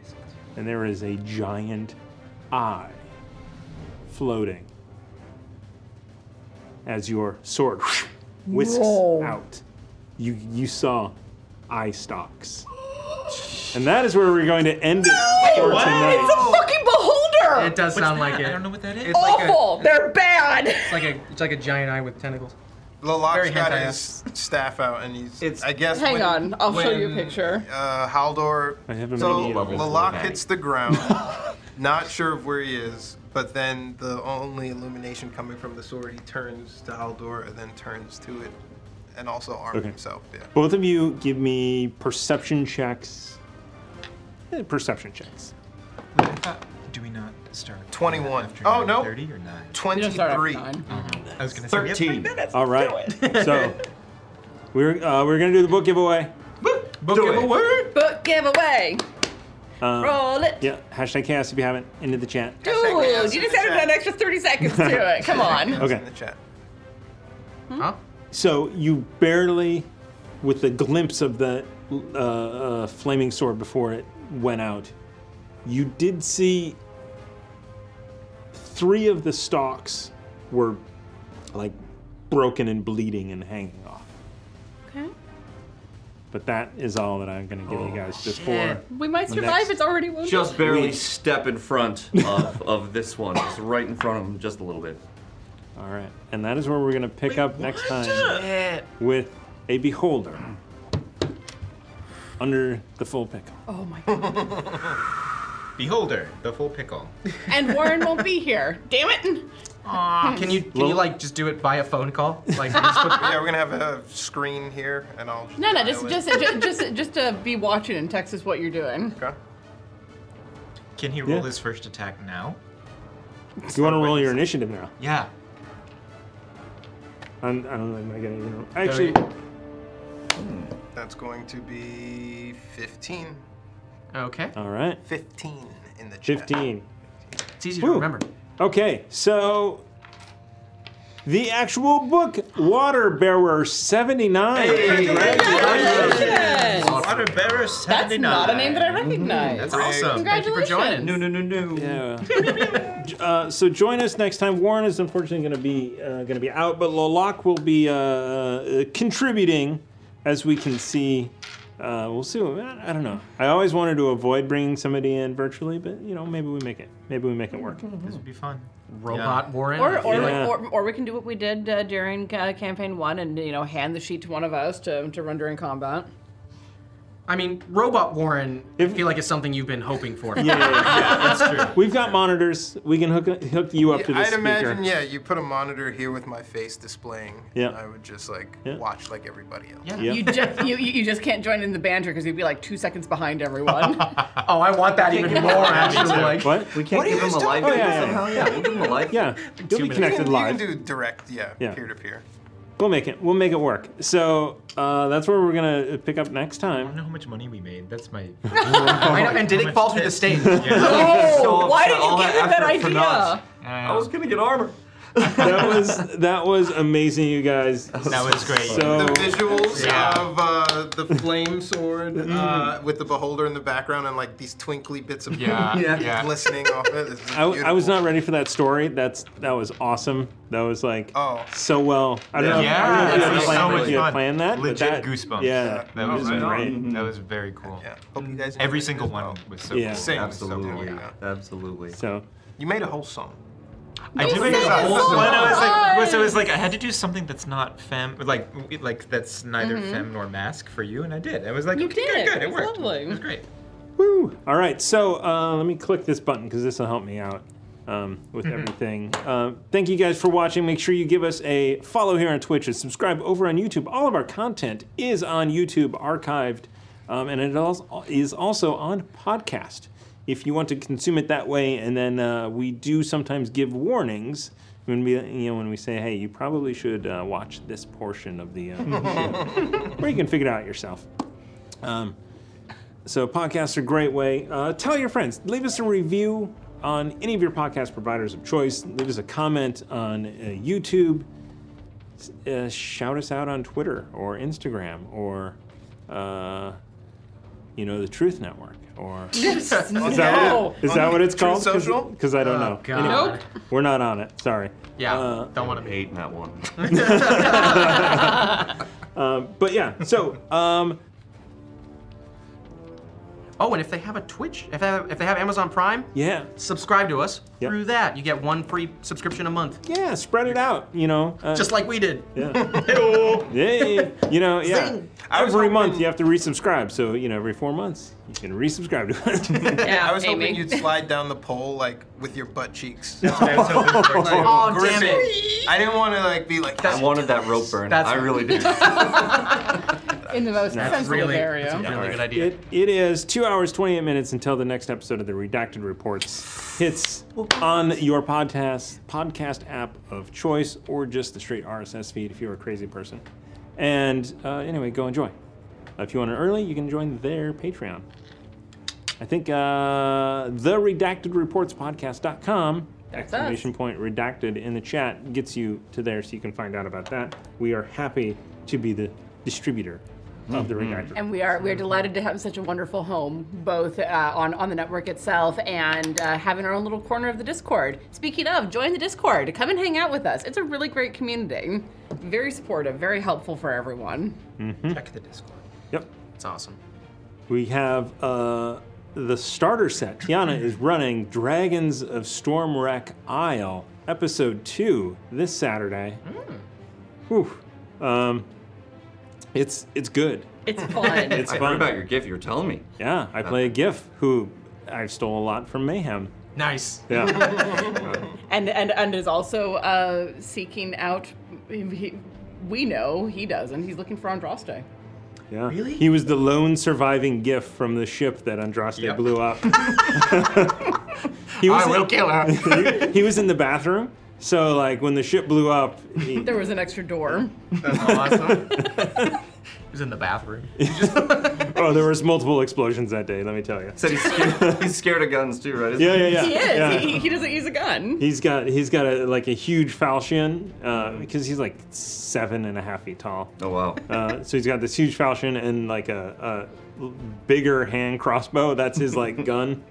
[SPEAKER 1] and there is a giant eye floating as your sword (sniffs) whisks
[SPEAKER 9] Whoa.
[SPEAKER 1] out. You you saw eye stalks. And that is where we're going to end it for tonight.
[SPEAKER 2] It's a fucking beholder.
[SPEAKER 8] It does sound like it. I don't
[SPEAKER 6] know what that is.
[SPEAKER 8] It's
[SPEAKER 2] Awful.
[SPEAKER 8] Like a,
[SPEAKER 2] They're bad.
[SPEAKER 8] it's like a it's like a giant eye with tentacles.
[SPEAKER 6] Leloc's
[SPEAKER 8] Very
[SPEAKER 6] got
[SPEAKER 8] hentai.
[SPEAKER 6] his staff out, and he's. I guess.
[SPEAKER 2] Hang
[SPEAKER 6] when-
[SPEAKER 2] on, I'll show you a
[SPEAKER 6] when,
[SPEAKER 2] picture.
[SPEAKER 6] Uh, Haldor.
[SPEAKER 1] I have
[SPEAKER 6] so
[SPEAKER 1] many levels
[SPEAKER 6] Leloc
[SPEAKER 1] of
[SPEAKER 6] hits
[SPEAKER 1] (laughs)
[SPEAKER 6] the ground, not sure of where he is, but then the only illumination coming from the sword, he turns to Haldor and then turns to it, and also arms
[SPEAKER 1] Okay.
[SPEAKER 6] himself. Yeah.
[SPEAKER 1] Both of you give me perception checks. Eh, Perception checks.
[SPEAKER 6] Uh, Do we not start? (laughs) Twenty-one. oh no. Thirty or nine? Twenty-three. I was gonna say. Thirteen.
[SPEAKER 1] All right. so we're uh, we're gonna do the book giveaway.
[SPEAKER 6] Book giveaway.
[SPEAKER 2] (laughs) Book giveaway.
[SPEAKER 1] Um,
[SPEAKER 2] Roll it.
[SPEAKER 1] Yeah. Hashtag chaos if you haven't into the chat.
[SPEAKER 2] Dude, you just added an extra 30 seconds to
[SPEAKER 6] (laughs)
[SPEAKER 2] it. Come on.
[SPEAKER 1] Okay.
[SPEAKER 6] chat.
[SPEAKER 8] Huh?
[SPEAKER 1] So you barely, with a glimpse of the uh, uh, flaming sword before it went out, you did see three of the stalks were like broken and bleeding and hanging off.
[SPEAKER 2] Okay.
[SPEAKER 1] But that is all that I'm going to give you guys just for.
[SPEAKER 2] We might
[SPEAKER 3] the
[SPEAKER 2] survive.
[SPEAKER 3] next-
[SPEAKER 2] It's already wounded.
[SPEAKER 3] Just barely step in front of, (laughs) of this one, just right in front of him, just a little bit.
[SPEAKER 1] All right, and that is where we're going to pick up next time
[SPEAKER 8] Yeah.
[SPEAKER 1] with a beholder under the full pickle.
[SPEAKER 2] Oh my god.
[SPEAKER 6] Beholder, the full (laughs) pickle.
[SPEAKER 2] and Warren won't be here. Damn it.
[SPEAKER 8] Can you can you like just do it by a phone call?
[SPEAKER 3] (laughs)
[SPEAKER 8] Like
[SPEAKER 6] yeah, we're gonna have a screen here, and I'll. Just
[SPEAKER 2] No, no, just
[SPEAKER 6] dial it.
[SPEAKER 2] just just just, just to be watching in Texas what you're doing.
[SPEAKER 6] Okay. Can he roll his first attack now?
[SPEAKER 1] You want to roll your initiative now?
[SPEAKER 6] Yeah.
[SPEAKER 1] I'm, I don't know. Am I going to even? Actually,
[SPEAKER 6] That's going to be 15.
[SPEAKER 8] Okay.
[SPEAKER 1] all right.
[SPEAKER 6] 15 in the chat.
[SPEAKER 1] 15.
[SPEAKER 8] It's easy
[SPEAKER 6] to remember.
[SPEAKER 1] Okay, so the actual book, Water Bearer 79.
[SPEAKER 6] Water bearer 79.
[SPEAKER 2] That's not a name that I recognize.
[SPEAKER 6] That's awesome.
[SPEAKER 2] Congratulations.
[SPEAKER 6] Thank you for joining.
[SPEAKER 3] No, no, no, no.
[SPEAKER 1] Yeah. (laughs) uh, so join us next time. Warren is unfortunately going to be uh, going to be out, but Loloc will be uh, uh, contributing, as we can see. Uh, we'll see. what- I don't know. I always wanted to avoid bringing somebody in virtually, but you know, maybe we make it. Maybe we make it work.
[SPEAKER 6] This would be fun.
[SPEAKER 8] Robot Warren.
[SPEAKER 2] Or or,
[SPEAKER 1] Yeah.
[SPEAKER 2] or or we can do what we did uh, during uh, campaign one and you know hand the sheet to one of us to to run during combat.
[SPEAKER 8] I mean, Robot Warren, I feel like it's something you've been hoping for.
[SPEAKER 1] Yeah, yeah, yeah.
[SPEAKER 8] that's true.
[SPEAKER 1] (laughs) We've got monitors. We can hook hook you up to this
[SPEAKER 4] I'd
[SPEAKER 1] speaker.
[SPEAKER 4] imagine, yeah, you put a monitor here with my face displaying.
[SPEAKER 1] Yeah.
[SPEAKER 4] I would just like watch like everybody else.
[SPEAKER 1] Yeah.
[SPEAKER 2] You just you, you you just can't join in the banter because you'd be like two seconds
[SPEAKER 4] (laughs)
[SPEAKER 2] behind everyone.
[SPEAKER 8] oh, I want
[SPEAKER 3] (laughs)
[SPEAKER 8] that even more, actually. Like,
[SPEAKER 1] what? We
[SPEAKER 3] can't What are give you him a guys live talking feed about? somehow? Yeah, we'll give him a live
[SPEAKER 1] Yeah, he'll be connected
[SPEAKER 4] you can,
[SPEAKER 1] live.
[SPEAKER 4] you can do direct, yeah,
[SPEAKER 1] Yeah.
[SPEAKER 4] peer to peer.
[SPEAKER 1] We'll make it. We'll make it work. So uh, that's where we're gonna pick up next time.
[SPEAKER 6] know how much money we made. That's
[SPEAKER 2] (laughs)
[SPEAKER 6] my. (laughs)
[SPEAKER 1] Oh,
[SPEAKER 8] I know, and did it fall through the stage?
[SPEAKER 2] (laughs) Oh, why did you give him that (laughs) idea?
[SPEAKER 3] I was gonna get armor.
[SPEAKER 1] that was that was amazing, you guys. That
[SPEAKER 6] was great.
[SPEAKER 1] So
[SPEAKER 4] the visuals
[SPEAKER 1] Yeah.
[SPEAKER 4] of uh, the flame sword
[SPEAKER 1] Mm-hmm.
[SPEAKER 4] uh, with the beholder in the background and like these twinkly bits of
[SPEAKER 1] Yeah, yeah.
[SPEAKER 4] glistening off it. It's
[SPEAKER 1] I, I was not ready for that story. That's that was awesome. That was like
[SPEAKER 4] Oh.
[SPEAKER 1] so well. I don't know.
[SPEAKER 6] Yeah,
[SPEAKER 1] I don't know
[SPEAKER 6] that
[SPEAKER 1] if
[SPEAKER 6] was
[SPEAKER 1] you had planned,
[SPEAKER 6] so
[SPEAKER 1] if
[SPEAKER 6] much
[SPEAKER 1] you had
[SPEAKER 6] fun.
[SPEAKER 1] planned that. but
[SPEAKER 6] Legit
[SPEAKER 1] that-
[SPEAKER 6] goosebumps.
[SPEAKER 1] Yeah,
[SPEAKER 6] that
[SPEAKER 1] it
[SPEAKER 6] was
[SPEAKER 1] was great.
[SPEAKER 6] great. That was very cool.
[SPEAKER 4] Yeah. Hope you guys enjoyed
[SPEAKER 6] Every
[SPEAKER 4] it
[SPEAKER 6] single
[SPEAKER 4] as
[SPEAKER 6] one
[SPEAKER 4] well.
[SPEAKER 6] was so.
[SPEAKER 1] Yeah.
[SPEAKER 6] cool.
[SPEAKER 1] Same,
[SPEAKER 3] Absolutely. Absolutely.
[SPEAKER 1] So
[SPEAKER 4] You made a whole song.
[SPEAKER 6] I
[SPEAKER 4] We
[SPEAKER 6] do make
[SPEAKER 4] sang a
[SPEAKER 6] that whole
[SPEAKER 4] song.
[SPEAKER 6] song. Well, no, it's like, well, so it was like I had to do something that's not fem, like like that's neither
[SPEAKER 2] Mhm.
[SPEAKER 6] fem nor mask for you, and I did. I was like,
[SPEAKER 2] You
[SPEAKER 6] okay,
[SPEAKER 2] did.
[SPEAKER 6] good, good, it
[SPEAKER 2] It's
[SPEAKER 6] worked.
[SPEAKER 2] lovely.
[SPEAKER 6] It was great.
[SPEAKER 1] All right, so uh, let me click this button because this will help me out um, with
[SPEAKER 6] Mhm.
[SPEAKER 1] everything. Uh, thank you guys for watching. Make sure you give us a follow here on Twitch and subscribe over on YouTube. All of our content is on YouTube, archived, um, and it also is also on podcast. If you want to consume it that way, and then uh, we do sometimes give warnings when we, you know, when we say, "Hey, you probably should uh, watch this portion of the," um, uh, or you can figure it out yourself. Um, so podcasts are a great way. Uh, tell your friends. Leave us a review on any of your podcast providers of choice. Leave us a comment on uh, YouTube. S- Uh, shout us out on Twitter or Instagram or, uh, you know, the Truth Network or.
[SPEAKER 2] (laughs) Yes.
[SPEAKER 1] Is that,
[SPEAKER 2] No.
[SPEAKER 1] what, it- is that what it's
[SPEAKER 2] Truth
[SPEAKER 1] called?
[SPEAKER 2] Social?
[SPEAKER 1] Because I don't
[SPEAKER 2] Oh,
[SPEAKER 1] know. (laughs)
[SPEAKER 2] God.
[SPEAKER 1] Anyway, Uh,
[SPEAKER 2] Nope.
[SPEAKER 1] We're not on it. Sorry.
[SPEAKER 8] Yeah.
[SPEAKER 3] don't want to be hating that
[SPEAKER 2] (laughs)
[SPEAKER 3] one.
[SPEAKER 1] Um, but yeah. So. Um,
[SPEAKER 8] Oh, and if they have a Twitch, if they have, if they have Amazon Prime,
[SPEAKER 1] yeah,
[SPEAKER 8] subscribe to us through that. You get one free subscription a month.
[SPEAKER 1] Yeah, spread it out. You know. uh,
[SPEAKER 8] Just like we did.
[SPEAKER 1] Yeah. Yay. You know, yeah. Every month you have to resubscribe. So, you know, every four months you can resubscribe to us. (laughs)
[SPEAKER 4] I was
[SPEAKER 2] Amy.
[SPEAKER 4] hoping you'd slide down the pole like with your butt
[SPEAKER 6] (laughs)
[SPEAKER 4] cheeks.
[SPEAKER 3] Oh,
[SPEAKER 4] Grip
[SPEAKER 3] damn
[SPEAKER 4] I didn't want to like be like.
[SPEAKER 3] I wanted that rope burn.
[SPEAKER 4] That's-
[SPEAKER 3] I really did.
[SPEAKER 2] (laughs) In the most sensitive area.
[SPEAKER 1] It, it is two hours, 28 minutes until the next episode of the Redacted Reports hits on your podcast, podcast app of choice or just the straight RSS feed if you're a crazy person. And uh, anyway, go enjoy. Uh, If you want it early, you can join their Patreon. I think uh, the Redacted Reports podcast.com
[SPEAKER 2] That's us.
[SPEAKER 1] exclamation point redacted in the chat gets you to there so you can find out about that. We are happy to be the distributor
[SPEAKER 2] Mm-hmm.
[SPEAKER 1] of the Redacted
[SPEAKER 2] And we are we are delighted to have such a wonderful home, both uh, on on the network itself and uh, having our own little corner of the Discord. Speaking of, join the Discord. Come and hang out with us. It's a really great community. Very supportive, very helpful for everyone.
[SPEAKER 6] Check the Discord.
[SPEAKER 1] Yep.
[SPEAKER 8] It's awesome.
[SPEAKER 1] We have uh, the starter set. Tiana is running Dragons of Stormwreck Isle, episode two, this Saturday. Whew. Um, it's it's good. (laughs)
[SPEAKER 2] It's fun.
[SPEAKER 1] It's
[SPEAKER 3] I
[SPEAKER 1] fun.
[SPEAKER 3] heard about your GIF. You were telling me.
[SPEAKER 1] Yeah, I play a GIF who I stole a lot from Mayhem. (laughs)
[SPEAKER 8] Nice.
[SPEAKER 1] Yeah.
[SPEAKER 2] and and and is also uh, seeking out. He, we know he doesn't. He's looking for Andraste.
[SPEAKER 1] Yeah. Really? He was the lone surviving GIF from the ship that Andraste
[SPEAKER 2] Yep.
[SPEAKER 1] blew up. he was
[SPEAKER 2] I will kill
[SPEAKER 1] her. (laughs) he, he was in the bathroom, so like when the ship blew up, he,
[SPEAKER 2] There was an extra door.
[SPEAKER 8] (laughs) He was Oh, in the bathroom.
[SPEAKER 1] oh, there was multiple explosions that day. Let me tell you.
[SPEAKER 3] Said he's scared, he's scared of guns too, right?
[SPEAKER 1] Yeah, yeah, yeah.
[SPEAKER 2] He is.
[SPEAKER 1] Yeah.
[SPEAKER 2] He, he doesn't use a gun.
[SPEAKER 1] He's got he's got a like a huge falchion uh, because he's like seven and a half feet tall.
[SPEAKER 3] Oh wow!
[SPEAKER 1] Uh, so he's got this huge falchion and like a, a bigger hand crossbow. That's his
[SPEAKER 2] (laughs)
[SPEAKER 1] like gun.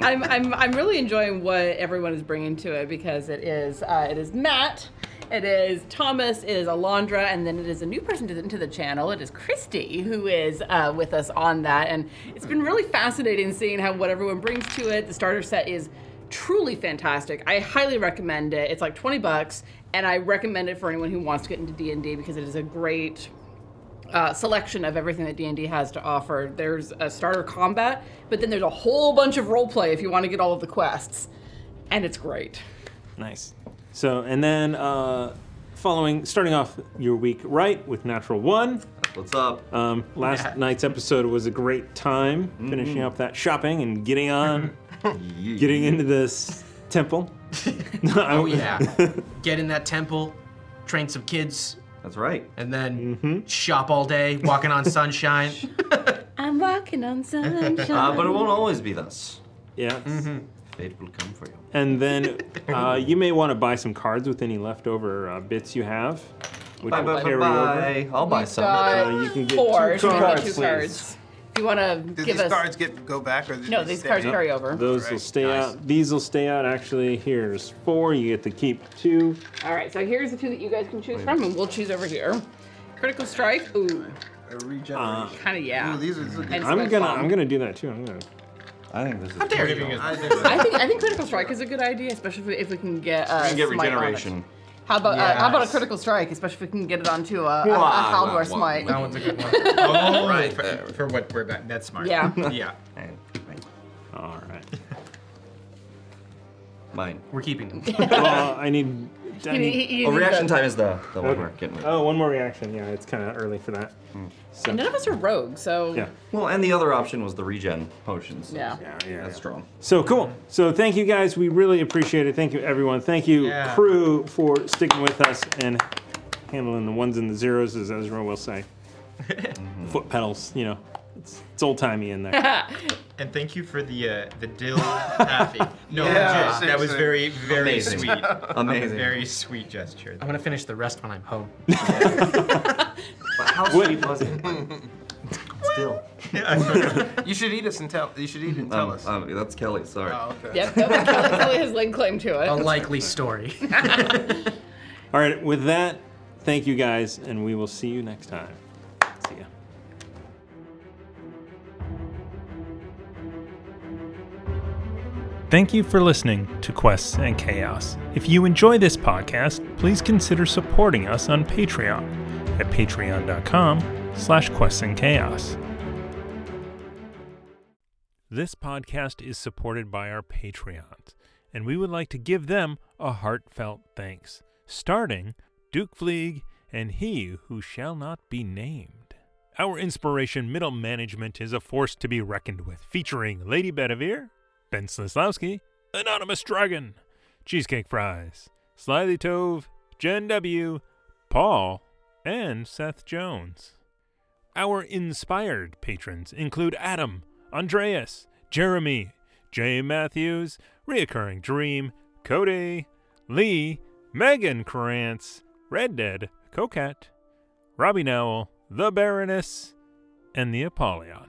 [SPEAKER 2] I'm, I'm, I'm really enjoying what everyone is bringing to it because it is uh, it is Matt, it is Thomas, it is Alondra, and then it is a new person to the, to the channel. It is Christy who is uh, with us on that, and it's been really fascinating seeing how what everyone brings to it. The starter set is truly fantastic. I highly recommend it. It's like 20 bucks, and I recommend it for anyone who wants to get into D&D because it is a great uh, selection of everything that D&D has to offer. There's a starter combat, but then there's a whole bunch of roleplay if you want to get all of the quests, and it's great.
[SPEAKER 4] Nice. So, and then uh, following, starting off your week right with Natural One.
[SPEAKER 3] What's up?
[SPEAKER 4] Um, last night's episode was a great time,
[SPEAKER 2] Mm-hmm.
[SPEAKER 4] finishing up that shopping and getting on,
[SPEAKER 2] (laughs)
[SPEAKER 4] getting into this temple.
[SPEAKER 8] Oh
[SPEAKER 1] (laughs)
[SPEAKER 8] yeah, get in that temple, train some kids.
[SPEAKER 3] That's right.
[SPEAKER 8] And then
[SPEAKER 1] Mm-hmm.
[SPEAKER 8] shop all day,
[SPEAKER 1] (laughs)
[SPEAKER 8] walking on sunshine.
[SPEAKER 2] I'm walking on sunshine.
[SPEAKER 3] Uh, but it won't always be thus.
[SPEAKER 4] Yeah.
[SPEAKER 3] Fate will come for you.
[SPEAKER 4] And then uh, you may want to buy some cards with any leftover uh, bits you have, which
[SPEAKER 3] Bye,
[SPEAKER 4] will
[SPEAKER 3] bye,
[SPEAKER 4] carry
[SPEAKER 3] bye,
[SPEAKER 4] over.
[SPEAKER 3] bye. I'll buy
[SPEAKER 2] We've got
[SPEAKER 4] So uh, you can get
[SPEAKER 2] four.
[SPEAKER 4] two
[SPEAKER 2] so we can get
[SPEAKER 4] cards,
[SPEAKER 2] two
[SPEAKER 4] please.
[SPEAKER 2] cards. If you want to give
[SPEAKER 10] these
[SPEAKER 2] us
[SPEAKER 10] cards get go back or
[SPEAKER 2] No, these cards carry over.
[SPEAKER 4] Those will stay out. These will stay out. Actually, here's four. You get to keep two.
[SPEAKER 2] All right, so here's the two that you guys can choose from, and we'll choose over here. Critical strike. Ooh,
[SPEAKER 4] Uh,
[SPEAKER 2] kind of yeah.
[SPEAKER 6] uh-huh.
[SPEAKER 2] And
[SPEAKER 4] I'm
[SPEAKER 2] sweat
[SPEAKER 4] gonna.
[SPEAKER 2] bomb.
[SPEAKER 4] I'm gonna do that too. I'm gonna.
[SPEAKER 3] I think this is.
[SPEAKER 4] How
[SPEAKER 8] dare you.
[SPEAKER 2] I think I think critical strike is a good idea, especially if we, if we can get. Uh,
[SPEAKER 3] we can get
[SPEAKER 2] smite on it.
[SPEAKER 3] regeneration.
[SPEAKER 2] How about uh, how about a
[SPEAKER 3] Yes.
[SPEAKER 2] critical strike, especially if we can get it onto a, a, a
[SPEAKER 3] Wow,
[SPEAKER 2] Haldor
[SPEAKER 3] wow, wow.
[SPEAKER 2] smite.
[SPEAKER 3] That
[SPEAKER 6] one's a good one. Oh, right. For, for what we're about. That's smart.
[SPEAKER 2] Yeah.
[SPEAKER 6] (laughs) yeah.
[SPEAKER 4] All right.
[SPEAKER 3] (laughs) Mine.
[SPEAKER 8] We're keeping them.
[SPEAKER 4] well, I need.
[SPEAKER 2] You
[SPEAKER 4] I
[SPEAKER 2] need-
[SPEAKER 4] need-
[SPEAKER 2] you Oh, need reaction the- time
[SPEAKER 3] is the- the one we're getting
[SPEAKER 4] Oh, one more reaction. Yeah, it's kind of early for that. So-
[SPEAKER 2] And none of us are rogue, so
[SPEAKER 3] Well, and the other option was the regen potions.
[SPEAKER 2] Yeah.
[SPEAKER 3] That's strong.
[SPEAKER 4] So cool. So thank you guys. We really appreciate it. Thank you everyone. Thank you
[SPEAKER 3] Yeah.
[SPEAKER 4] crew for sticking with us and handling the ones and the zeros, as Ezra will say. Foot pedals, you know, it's, it's old timey in there.
[SPEAKER 6] and thank you for the uh, the dill
[SPEAKER 8] (laughs)
[SPEAKER 6] taffy. No,
[SPEAKER 8] Yeah,
[SPEAKER 6] legit, that was very
[SPEAKER 8] seriously.
[SPEAKER 6] very
[SPEAKER 8] Amazing.
[SPEAKER 6] sweet.
[SPEAKER 8] Amazing.
[SPEAKER 6] Very sweet gesture.
[SPEAKER 8] I'm gonna finish the rest when I'm home.
[SPEAKER 3] How
[SPEAKER 4] sweet
[SPEAKER 3] was it?
[SPEAKER 4] (laughs)
[SPEAKER 3] Still.
[SPEAKER 10] you should eat us and tell. You should
[SPEAKER 6] (laughs)
[SPEAKER 10] eat and tell us.
[SPEAKER 3] Um, that's Kelly. Sorry.
[SPEAKER 2] Oh. Yep, no, but Kelly, Kelly has laid claim to it.
[SPEAKER 8] story.
[SPEAKER 4] All right, with that, thank you guys, and we will see you next time. See ya.
[SPEAKER 1] Thank you for listening to Quests and Chaos. If you enjoy this podcast, please consider supporting us on Patreon at patreon.com slash quests and chaos. This podcast is supported by our Patreons, and we would like to give them a heartfelt thanks, starting Duke Fleeg and he who shall not be named. Our inspiration, Middle Management, is a force to be reckoned with, featuring Lady Bedivere, Ben Slislawski, Anonymous Dragon, Cheesecake Fries, Slyly Tove, Jen W., Paul, and Seth Jones. Our inspired patrons include Adam, Andreas, Jeremy, Jay Matthews, Reoccurring Dream, Cody, Lee, Megan Krantz, Red Dead, Coquette, Robbie Nowell, The Baroness, and the Apollyon.